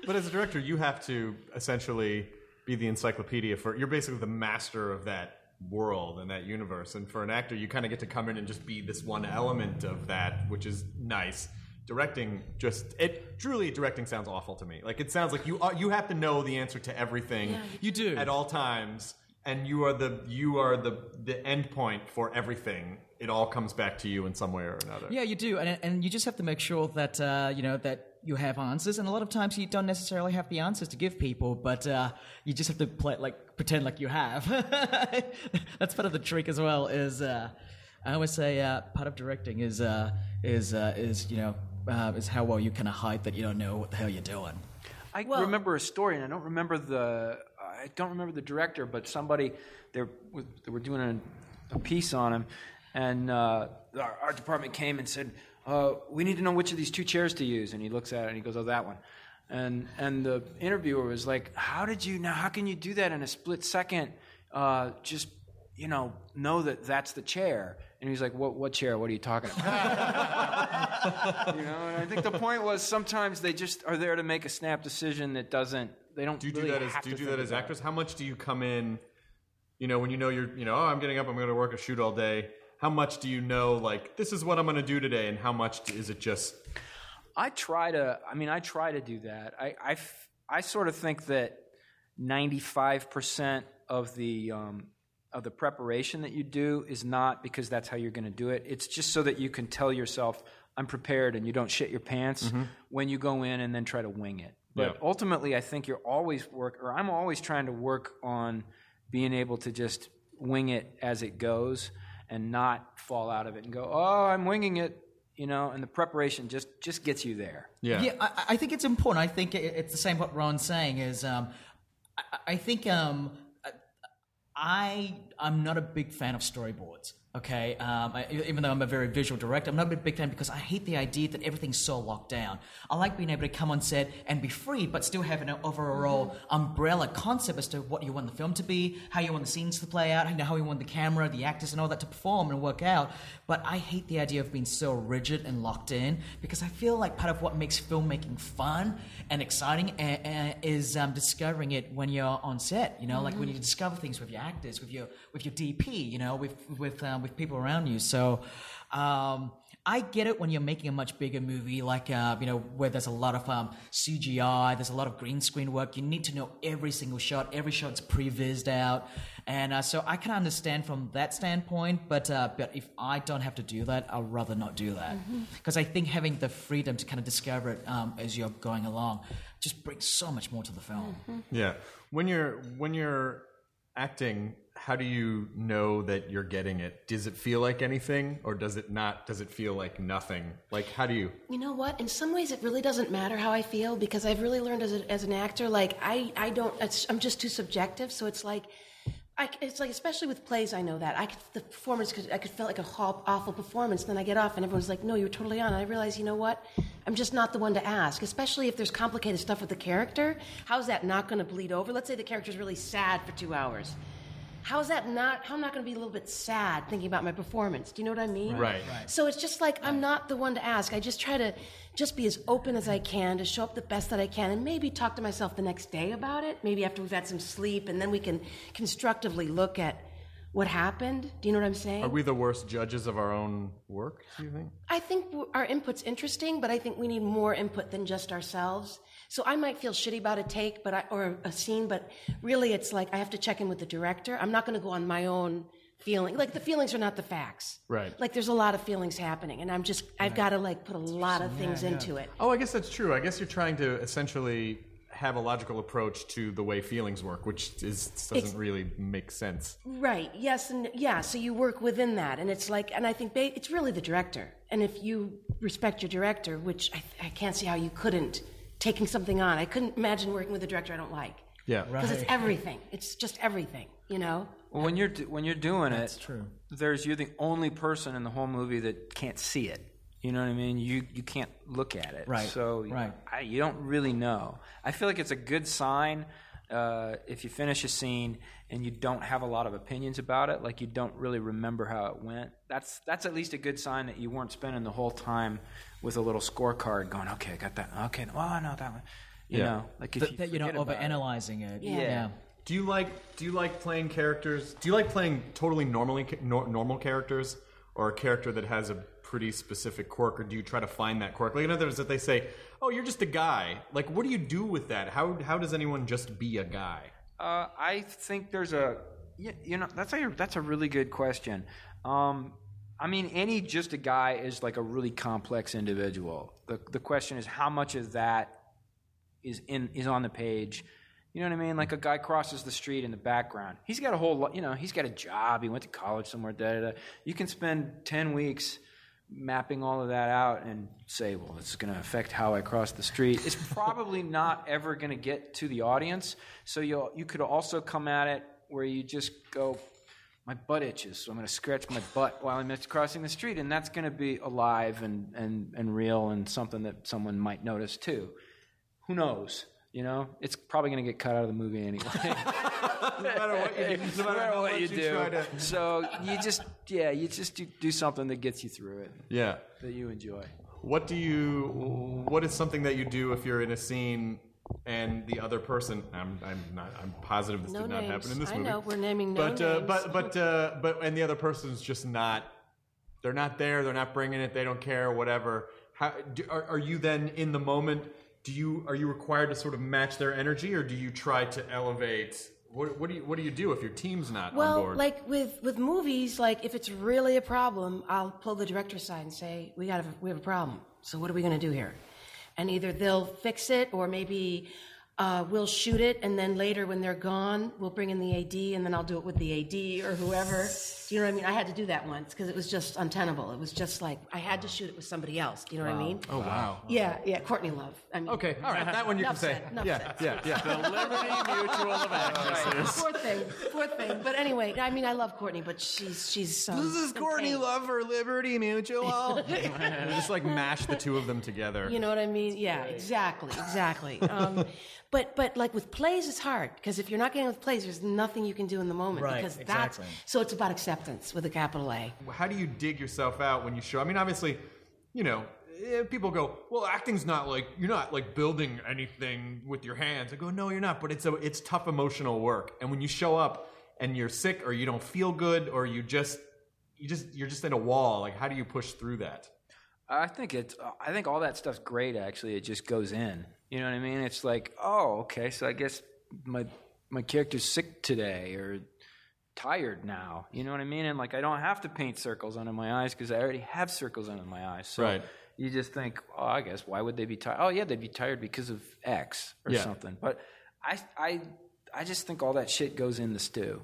[SPEAKER 3] But as a director, you have to essentially be the encyclopedia for. You're basically the master of that world and that universe. And for an actor, you kind of get to come in and just be this one element of that, which is nice. Directing just it truly directing sounds awful to me. Like it sounds like you are, you have to know the answer to everything.
[SPEAKER 13] Yeah, you do
[SPEAKER 3] at all times, and you are the you are the the end point for everything. It all comes back to you in some way or another.
[SPEAKER 13] Yeah, you do, and and you just have to make sure that uh, you know that you have answers. And a lot of times you don't necessarily have the answers to give people, but uh, you just have to play like pretend like you have. That's part of the trick as well. Is uh, I always say uh, part of directing is uh, is uh, is you know uh, is how well you kind of hide that you don't know what the hell you're doing.
[SPEAKER 8] I remember a story, and I don't remember the I don't remember the director, but somebody they were, they were doing a, a piece on him, and uh, our art department came and said, uh, "We need to know which of these two chairs to use." And he looks at it and he goes, "Oh, that one." And and the interviewer was like, "How did you now? How can you do that in a split second? Uh, just you know, know that that's the chair." And he's like, "What what chair? What are you talking about?" you know, and I think the point was sometimes they just are there to make a snap decision that doesn't. They don't.
[SPEAKER 3] Do you do
[SPEAKER 8] really
[SPEAKER 3] that as
[SPEAKER 8] have
[SPEAKER 3] do you
[SPEAKER 8] to
[SPEAKER 3] do
[SPEAKER 8] think
[SPEAKER 3] that as
[SPEAKER 8] about it.
[SPEAKER 3] actors? How much do you come in? You know, when you know you're, you know, oh, I'm getting up, I'm going to work a shoot all day. how much do you know? Like this is what I'm going to do today, and how much is it just?
[SPEAKER 8] I try to. I mean, I try to do that. I I, f- I sort of think that ninety five percent of the um, of the preparation that you do is not because that's how you're going to do it. It's just so that you can tell yourself, "I'm prepared," and you don't shit your pants
[SPEAKER 14] Mhm.
[SPEAKER 8] when you go in and then try to wing it. But
[SPEAKER 14] Yeah.
[SPEAKER 8] ultimately, I think you're always work, or I'm always trying to work on being able to just wing it as it goes and not fall out of it and go, "Oh, I'm winging it," you know. And the preparation just just gets you there.
[SPEAKER 7] yeah. I, I- I think it's important. I think it, it's the same what Ron's saying is. Um, I, I think um, I I'm not a big fan of storyboards. Okay, um, I, even though I'm a very visual director, I'm not a big fan because I hate the idea that everything's so locked down. I like being able to come on set and be free, but still have an overall umbrella concept as to what you want the film to be, how you want the scenes to play out, you know, how you want the camera, the actors, and all that to perform and work out. But I hate the idea of being so rigid and locked in because I feel like part of what makes filmmaking fun and exciting eh, eh, is um, discovering it when you're on set. You know, like when
[SPEAKER 13] Mhm.
[SPEAKER 7] you discover things with your actors, with your with your DP, you know, with with um, with people around you. So um, I get it when you're making a much bigger movie, like uh, you know, where there's a lot of um, CGI, there's a lot of green screen work. You need to know every single shot. Every shot's pre-vised out, and uh, so I can understand from that standpoint. But uh, but if I don't have to do that, I'd rather not do that
[SPEAKER 13] Mhm.
[SPEAKER 7] because I think having the freedom to kind of discover it um, as you're going along just brings so much more to the film.
[SPEAKER 3] Yeah. When you're when you're acting, how do you know that you're getting it? Does it feel like anything or does it not does it feel like nothing? Like how do you
[SPEAKER 9] You know what? In some ways, it really doesn't matter how I feel because I've really learned as, a, as an actor, like I, I don't, it's, I'm just too subjective. So it's like, I, c- it's like, especially with plays, I know that I could, the performance could, I could feel like a haw- awful performance. Then I get off and everyone's like, no, you were totally on. And I realize, you know what? I'm just not the one to ask, especially if there's complicated stuff with the character. How's that not going to bleed over? Let's say the character's really sad for two hours. How's that not? How am I not going to be a little bit sad thinking about my performance? Do you know what I mean?
[SPEAKER 14] Right. Right.
[SPEAKER 9] So it's just like I'm not the one to ask. I just try to just be as open as I can to show up the best that I can, and maybe talk to myself the next day about it. Maybe after we've had some sleep, and then we can constructively look at what happened. Do you know what I'm saying?
[SPEAKER 3] Are we the worst judges of our own work, do you think?
[SPEAKER 9] I think w- our input's interesting, but I think we need more input than just ourselves. So I might feel shitty about a take, but I, or a scene, but really it's like I have to check in with the director. I'm not going to go on my own feeling. Like the feelings are not the facts.
[SPEAKER 3] Right.
[SPEAKER 9] Like there's a lot of feelings happening, and I'm just I've got to like put a lot of things into it.
[SPEAKER 3] Oh, I guess that's true. I guess you're trying to essentially have a logical approach to the way feelings work, which is doesn't
[SPEAKER 9] Ex-
[SPEAKER 3] really make sense.
[SPEAKER 9] Right. Yes, and yeah. So you work within that, and it's like, and I think ba- it's really the director. And if you respect your director, which I, I can't see how you couldn't, taking something on. I couldn't imagine working with a director I don't like.
[SPEAKER 3] Yeah.
[SPEAKER 9] because it's everything. It's just everything, you know.
[SPEAKER 8] Well, when you're do- when you're doing
[SPEAKER 7] That's
[SPEAKER 8] it,
[SPEAKER 7] true.
[SPEAKER 8] There's you're the only person in the whole movie that can't see it. You know what I mean? You you can't look at it.
[SPEAKER 7] Right,
[SPEAKER 8] So
[SPEAKER 7] right.
[SPEAKER 8] I, you don't really know. I feel like it's a good sign uh, if you finish a scene and you don't have a lot of opinions about it, like you don't really remember how it went. That's that's at least a good sign that you weren't spending the whole time with a little scorecard going, okay, I got that. Okay, well, I know that one. You
[SPEAKER 7] Yeah.
[SPEAKER 8] know, like if
[SPEAKER 7] That-
[SPEAKER 8] you
[SPEAKER 7] that you're not
[SPEAKER 8] forget about it.
[SPEAKER 7] overanalyzing it.
[SPEAKER 8] Yeah. Yeah.
[SPEAKER 3] Do you like do you like playing characters? Do you like playing totally normally nor, normal characters or a character that has a pretty specific quirk or do you try to find that quirk? Like in other words that they say, "Oh, you're just a guy." Like what do you do with that? How how does anyone just be a guy?
[SPEAKER 8] Uh, I think there's a y- you know that's a that's a really good question. Um, I mean, any just a guy is like a really complex individual. the The question is how much of that is in is on the page. You know what I mean? Like a guy crosses the street in the background. He's got a whole lot. You know, he's got a job. He went to college somewhere. Da da. da. You can spend ten weeks mapping all of that out and say, well, it's going to affect how I cross the street. It's probably not ever going to get to the audience. So you you could also come at it where you just go, my butt itches, so I'm going to scratch my butt while I'm crossing the street, and that's going to be alive and and and real and something that someone might notice too. Who knows? You know, it's probably going to get cut out of the movie anyway.
[SPEAKER 3] No matter what you do, no matter how much
[SPEAKER 8] you do.
[SPEAKER 3] try to
[SPEAKER 8] So you just, yeah, you just do, do something that gets you through it.
[SPEAKER 3] Yeah.
[SPEAKER 8] That you enjoy.
[SPEAKER 3] What do you? What is something that you do if you're in a scene and the other person? I'm, I'm not. I'm positive this
[SPEAKER 9] No
[SPEAKER 3] did not happen
[SPEAKER 9] names.
[SPEAKER 3] in this
[SPEAKER 9] I
[SPEAKER 3] movie.
[SPEAKER 9] know, we're naming no
[SPEAKER 3] But uh,
[SPEAKER 9] names.
[SPEAKER 3] but but uh, but and the other person's just not they're not there, they're not bringing it, they don't care, whatever. How do, are, are you then in the moment? Do you are you required to sort of match their energy, or do you try to elevate? What, what do you what do you do if your team's not on
[SPEAKER 9] Well,
[SPEAKER 3] board?
[SPEAKER 9] like with with movies, like if it's really a problem, I'll pull the director aside and say, "We got a, we have a problem. So what are we going to do here?" And either they'll fix it, or maybe uh, we'll shoot it, and then later when they're gone, we'll bring in the AD, and then I'll do it with the AD or whoever. Do you know what I mean? I had to do that once because it was just untenable. It was just like I had to shoot it with somebody else. Do you know what I mean?
[SPEAKER 3] Oh, wow.
[SPEAKER 9] Yeah, yeah. Courtney Love. I mean,
[SPEAKER 3] okay, all right, that one you can say. Yeah, yeah, yeah. The Liberty Mutual of Actresses.
[SPEAKER 9] Fourth thing, fourth thing. But anyway, I mean, I love Courtney, but she's she's. Um,
[SPEAKER 3] This is
[SPEAKER 9] in
[SPEAKER 3] Courtney
[SPEAKER 9] pain.
[SPEAKER 3] Love for Liberty Mutual. And just like mash the two of them together.
[SPEAKER 9] You know what I mean? Yeah, exactly, exactly. Um, but but like with plays, it's hard because if you're not getting with plays, there's nothing you can do in the moment
[SPEAKER 3] Right,
[SPEAKER 9] because
[SPEAKER 3] exactly.
[SPEAKER 9] that's so it's about acceptance with a capital A.
[SPEAKER 3] How do you dig yourself out when you show? I mean, obviously, you know, eh, people go, "Well, acting's not like you're not like building anything with your hands." I go, "No, you're not." But it's a it's tough emotional work, and when you show up and you're sick or you don't feel good or you just you just you're just in a wall. Like, how do you push through that?
[SPEAKER 8] I think it's. I think all that stuff's great. Actually, it just goes in. You know what I mean? It's like, oh, okay, so I guess my my character's sick today or tired now. You know what I mean? And like, I don't have to paint circles under my eyes because I already have circles under my eyes. So
[SPEAKER 3] Right.
[SPEAKER 8] you just think, oh, I guess why would they be tired? Oh, yeah, they'd be tired because of X or
[SPEAKER 3] Yeah.
[SPEAKER 8] something. But I, I, I just think all that shit goes in the stew.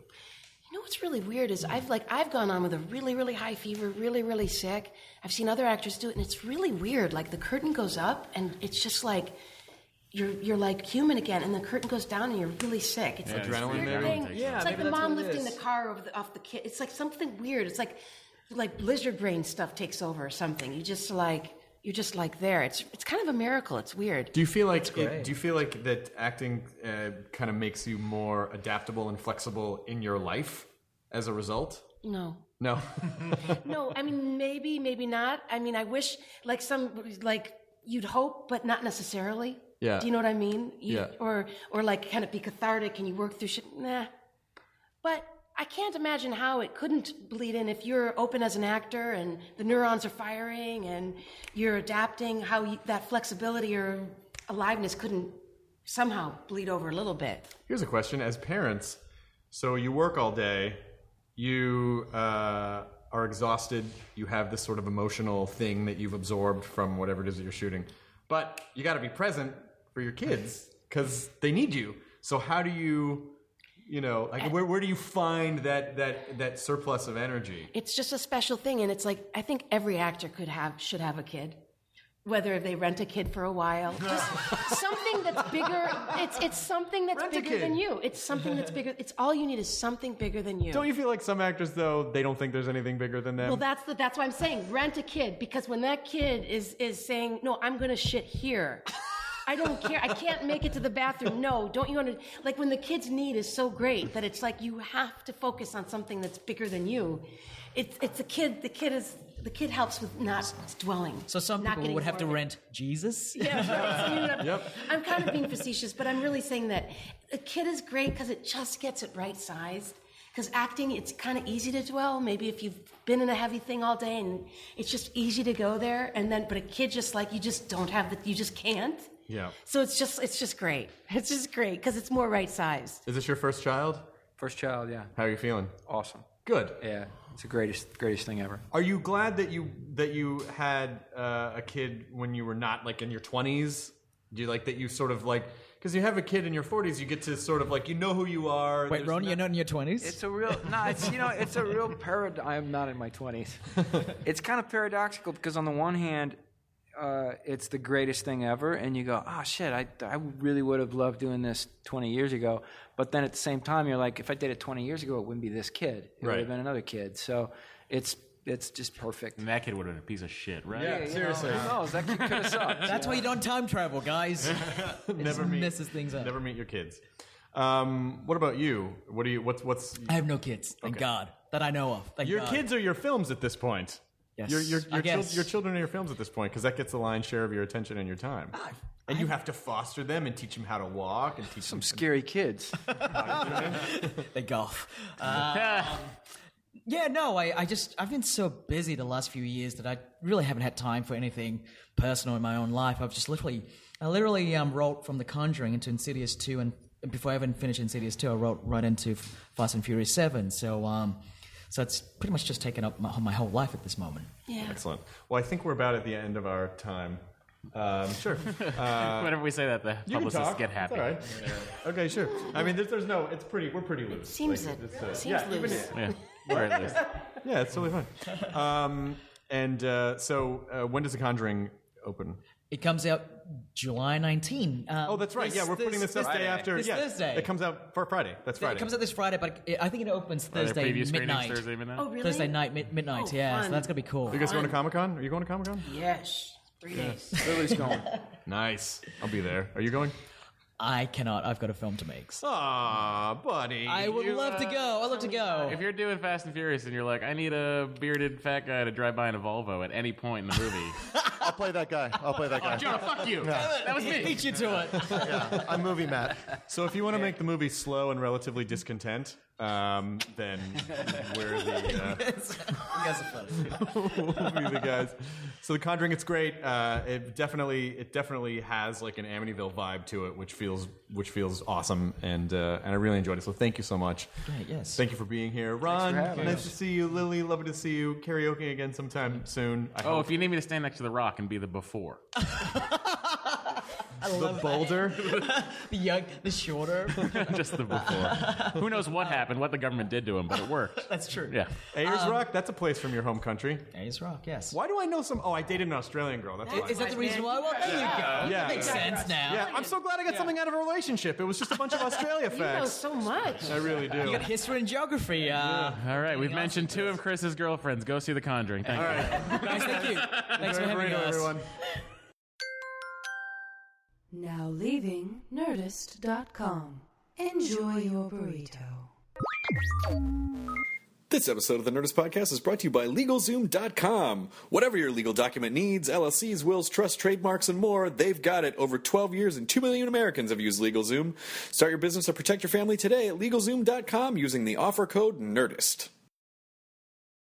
[SPEAKER 9] You know what's really weird is I've like I've gone on with a really really high fever, really really sick. I've seen other actors do it, and it's really weird. Like the curtain goes up, and it's just like you're you're like human again, and the curtain goes down, and you're really sick. It's
[SPEAKER 3] Yeah,
[SPEAKER 9] like
[SPEAKER 3] adrenaline
[SPEAKER 9] this weird
[SPEAKER 3] maybe?
[SPEAKER 9] thing.
[SPEAKER 3] Yeah,
[SPEAKER 9] it's like
[SPEAKER 3] maybe
[SPEAKER 9] the
[SPEAKER 3] that's
[SPEAKER 9] mom
[SPEAKER 3] what it
[SPEAKER 9] lifting
[SPEAKER 3] is.
[SPEAKER 9] the car over the, off the kid. It's like something weird. It's like like lizard brain stuff takes over or something. You just like you're just like there. It's it's kind of a miracle. It's weird.
[SPEAKER 3] Do you feel like
[SPEAKER 9] great.
[SPEAKER 3] it, do you feel like that acting uh, kind of makes you more adaptable and flexible in your life as a result?
[SPEAKER 9] No.
[SPEAKER 3] No.
[SPEAKER 9] no, I mean maybe, maybe not. I mean, I wish like some like you'd hope, but not necessarily.
[SPEAKER 3] Yeah.
[SPEAKER 9] Do you know what I mean? You-
[SPEAKER 3] Yeah.
[SPEAKER 9] Or or like kind of be cathartic and you work through shit. Nah. But I can't imagine how it couldn't bleed in if you're open as an actor and the neurons are firing and you're adapting. How you, that flexibility or aliveness couldn't somehow bleed over a little bit.
[SPEAKER 3] Here's a question as parents. So you work all day, you uh, are exhausted, you have this sort of emotional thing that you've absorbed from whatever it is that you're shooting, but you got to be present for your kids because they need you. So how do you, you know, like where, where do you find that, that, that surplus of energy?
[SPEAKER 9] It's just a special thing, and it's like I think every actor could have should have a kid, whether they rent a kid for a while. Just something that's bigger. It's it's something that's
[SPEAKER 11] a
[SPEAKER 9] bigger than
[SPEAKER 3] kid.
[SPEAKER 9] you. It's something that's bigger. It's all you need is something bigger than you.
[SPEAKER 3] Don't you feel like some actors though they don't think there's anything bigger than them?
[SPEAKER 9] well, that's the, that's why I'm saying rent a kid because when that kid is is saying no, I'm gonna shit here. I don't care. I can't make it to the bathroom. No, don't you under like when the kid's need is so great that it's like you have to focus on something that's bigger than you. It's it's the kid. The kid is the kid helps with not dwelling.
[SPEAKER 7] So some
[SPEAKER 9] not
[SPEAKER 7] people
[SPEAKER 9] getting
[SPEAKER 7] would have to
[SPEAKER 9] bored.
[SPEAKER 7] rent Jesus.
[SPEAKER 9] Yeah, right. You know,
[SPEAKER 7] Yep.
[SPEAKER 9] I'm kind of being facetious, but I'm really saying that a kid is great because it just gets it right sized. Because acting, it's kind of easy to dwell. Maybe if you've been in a heavy thing all day and it's just easy to go there, and then but a kid just like you just don't have the you just can't.
[SPEAKER 3] yeah.
[SPEAKER 9] So it's just it's just great. It's just great because it's more right sized.
[SPEAKER 3] Is this your first child?
[SPEAKER 8] First child, yeah.
[SPEAKER 3] How are you feeling?
[SPEAKER 8] Awesome.
[SPEAKER 3] Good.
[SPEAKER 8] Yeah, it's the greatest greatest thing ever.
[SPEAKER 3] Are you glad that you that you had uh, a kid when you were not like in your twenties? Do you like that you sort of like because you have a kid in your forties, you get to sort of like you know who you are.
[SPEAKER 7] Wait, Ron, you're not in your twenties.
[SPEAKER 8] It's a real no. It's you know, it's a real paradox. I'm not in my twenties. It's kind of paradoxical because on the one hand, uh, it's the greatest thing ever, and you go, "Ah, shit, I I really would have loved doing this 20 years ago." But then at the same time, you're like, "If I did it 20 years ago, it wouldn't be this kid. It would
[SPEAKER 4] Right.
[SPEAKER 8] have been another kid." So it's it's just perfect.
[SPEAKER 4] And that kid would have been a piece of shit, right?
[SPEAKER 8] Yeah, you know, who knows? That kid could have sucked.
[SPEAKER 7] That's why you don't time travel, guys. It
[SPEAKER 3] never
[SPEAKER 7] just
[SPEAKER 3] meet,
[SPEAKER 7] messes things up.
[SPEAKER 3] Never meet your kids. Um, what about you? What do you? What's what's?
[SPEAKER 7] I have no kids. Thank God that I know of. Thank
[SPEAKER 3] your
[SPEAKER 7] God.
[SPEAKER 3] kids are your films at this point.
[SPEAKER 7] Yes,
[SPEAKER 3] your your,
[SPEAKER 7] I
[SPEAKER 3] your, chil-
[SPEAKER 7] guess.
[SPEAKER 3] your children are your films at this point because that gets the lion's share of your attention and your time.
[SPEAKER 7] Ah,
[SPEAKER 3] and you have to foster them and teach them how to walk and teach some
[SPEAKER 8] scary kids.
[SPEAKER 7] they golf. Uh, Um, Yeah, no, I, I just I've been so busy the last few years that I really haven't had time for anything personal in my own life. I've just literally I literally um, wrote from The Conjuring into Insidious two, and before I even finished Insidious two, I wrote right into Fast and Furious seven. So um, so it's pretty much just taken up my, my whole life at this moment.
[SPEAKER 9] Yeah.
[SPEAKER 3] Excellent. Well, I think we're about at the end of our time. Um, sure. Uh,
[SPEAKER 4] Whenever we say that, the
[SPEAKER 3] you can
[SPEAKER 4] publicists
[SPEAKER 3] talk.
[SPEAKER 4] get happy.
[SPEAKER 3] It's all right. Okay, sure. I mean, there's, there's no. It's pretty. We're pretty loose.
[SPEAKER 9] seems
[SPEAKER 3] Like,
[SPEAKER 9] it.
[SPEAKER 3] it's, uh,
[SPEAKER 9] Seems
[SPEAKER 3] yeah,
[SPEAKER 9] loose.
[SPEAKER 4] Yeah. Very loose.
[SPEAKER 3] yeah, it's totally fine. Um, and uh, so, uh, when does The Conjuring open?
[SPEAKER 7] It comes out July 19. Um,
[SPEAKER 3] oh, that's right. yeah, we're putting this, up day after.
[SPEAKER 7] This
[SPEAKER 3] yeah,
[SPEAKER 7] Thursday.
[SPEAKER 3] It comes out for Friday. That's Friday.
[SPEAKER 7] It comes out this Friday, but it, I think it opens
[SPEAKER 3] Are there
[SPEAKER 7] Thursday
[SPEAKER 3] preview screenings
[SPEAKER 7] midnight.
[SPEAKER 3] Thursday midnight?
[SPEAKER 9] Oh, really?
[SPEAKER 7] Thursday night mid- midnight.
[SPEAKER 9] Oh,
[SPEAKER 7] yeah,
[SPEAKER 9] fun.
[SPEAKER 7] so that's gonna be cool.
[SPEAKER 3] Are you guys going to Comic Con? Are you going to Comic Con?
[SPEAKER 9] Yes. Three days.
[SPEAKER 3] Lily's going. nice. I'll be there. Are you going?
[SPEAKER 7] I cannot. I've got a film to make.
[SPEAKER 3] Ah, buddy.
[SPEAKER 7] I would
[SPEAKER 10] You,
[SPEAKER 7] love to
[SPEAKER 10] uh,
[SPEAKER 7] go. I'd love to go.
[SPEAKER 10] If you're doing Fast and Furious and you're like, I need a bearded fat guy to drive by in a Volvo at any point in the movie.
[SPEAKER 5] I'll play that guy. I'll play that
[SPEAKER 10] Oh,
[SPEAKER 5] guy.
[SPEAKER 10] Jonah, fuck you. That was me.
[SPEAKER 7] Beat you to it.
[SPEAKER 5] yeah, I'm movie Matt.
[SPEAKER 3] So if you want to make the movie slow and relatively discontent, um, then we're the uh,
[SPEAKER 7] You guys are funny.
[SPEAKER 3] we'll be the guys. So the Conjuring, it's great. Uh, it definitely, it definitely has like an Amityville vibe to it, which feels, which feels awesome, and uh, and I really enjoyed it. So thank you so much.
[SPEAKER 7] Great, yes.
[SPEAKER 3] Thank you for being here, Ron.
[SPEAKER 10] having
[SPEAKER 3] Nice
[SPEAKER 10] us.
[SPEAKER 3] to see you, Lily. Lovely to see you. Karaoke again sometime soon. I
[SPEAKER 10] Oh,
[SPEAKER 3] hope.
[SPEAKER 10] if you need me to stand next to the rock and be the before.
[SPEAKER 7] I love
[SPEAKER 3] boulder.
[SPEAKER 7] the young, the shorter.
[SPEAKER 10] Just the before. Who knows what happened, what the government did to him, but it worked.
[SPEAKER 7] That's true.
[SPEAKER 10] Yeah.
[SPEAKER 3] Ayers Rock, that's a place from your home country.
[SPEAKER 7] Ayers Rock, yes.
[SPEAKER 3] Why do I know some? Oh, I dated an Australian girl. That's why.
[SPEAKER 7] Is that the reason why? Well, there you go.
[SPEAKER 3] Yeah.
[SPEAKER 7] That makes sense now.
[SPEAKER 3] Yeah, I'm so glad I got something out of a relationship. It was just a bunch of Australia
[SPEAKER 9] You know
[SPEAKER 3] facts.
[SPEAKER 9] so much.
[SPEAKER 3] I really do.
[SPEAKER 7] You got history and geography. Uh,
[SPEAKER 10] All right, we've mentioned two of Chris's girlfriends. Go see The Conjuring. Thank you.
[SPEAKER 7] Guys, thank you. Thanks for
[SPEAKER 3] Enjoy
[SPEAKER 7] having
[SPEAKER 3] burrito,
[SPEAKER 7] us.
[SPEAKER 3] everyone.
[SPEAKER 2] Now leaving Nerdist.com. Enjoy your burrito.
[SPEAKER 1] This episode of the Nerdist Podcast is brought to you by LegalZoom.com. Whatever your legal document needs, LLCs, wills, trusts, trademarks, and more, they've got it. Over 12 years and 2 million Americans have used LegalZoom. Start your business or protect your family today at LegalZoom.com using the offer code NERDIST.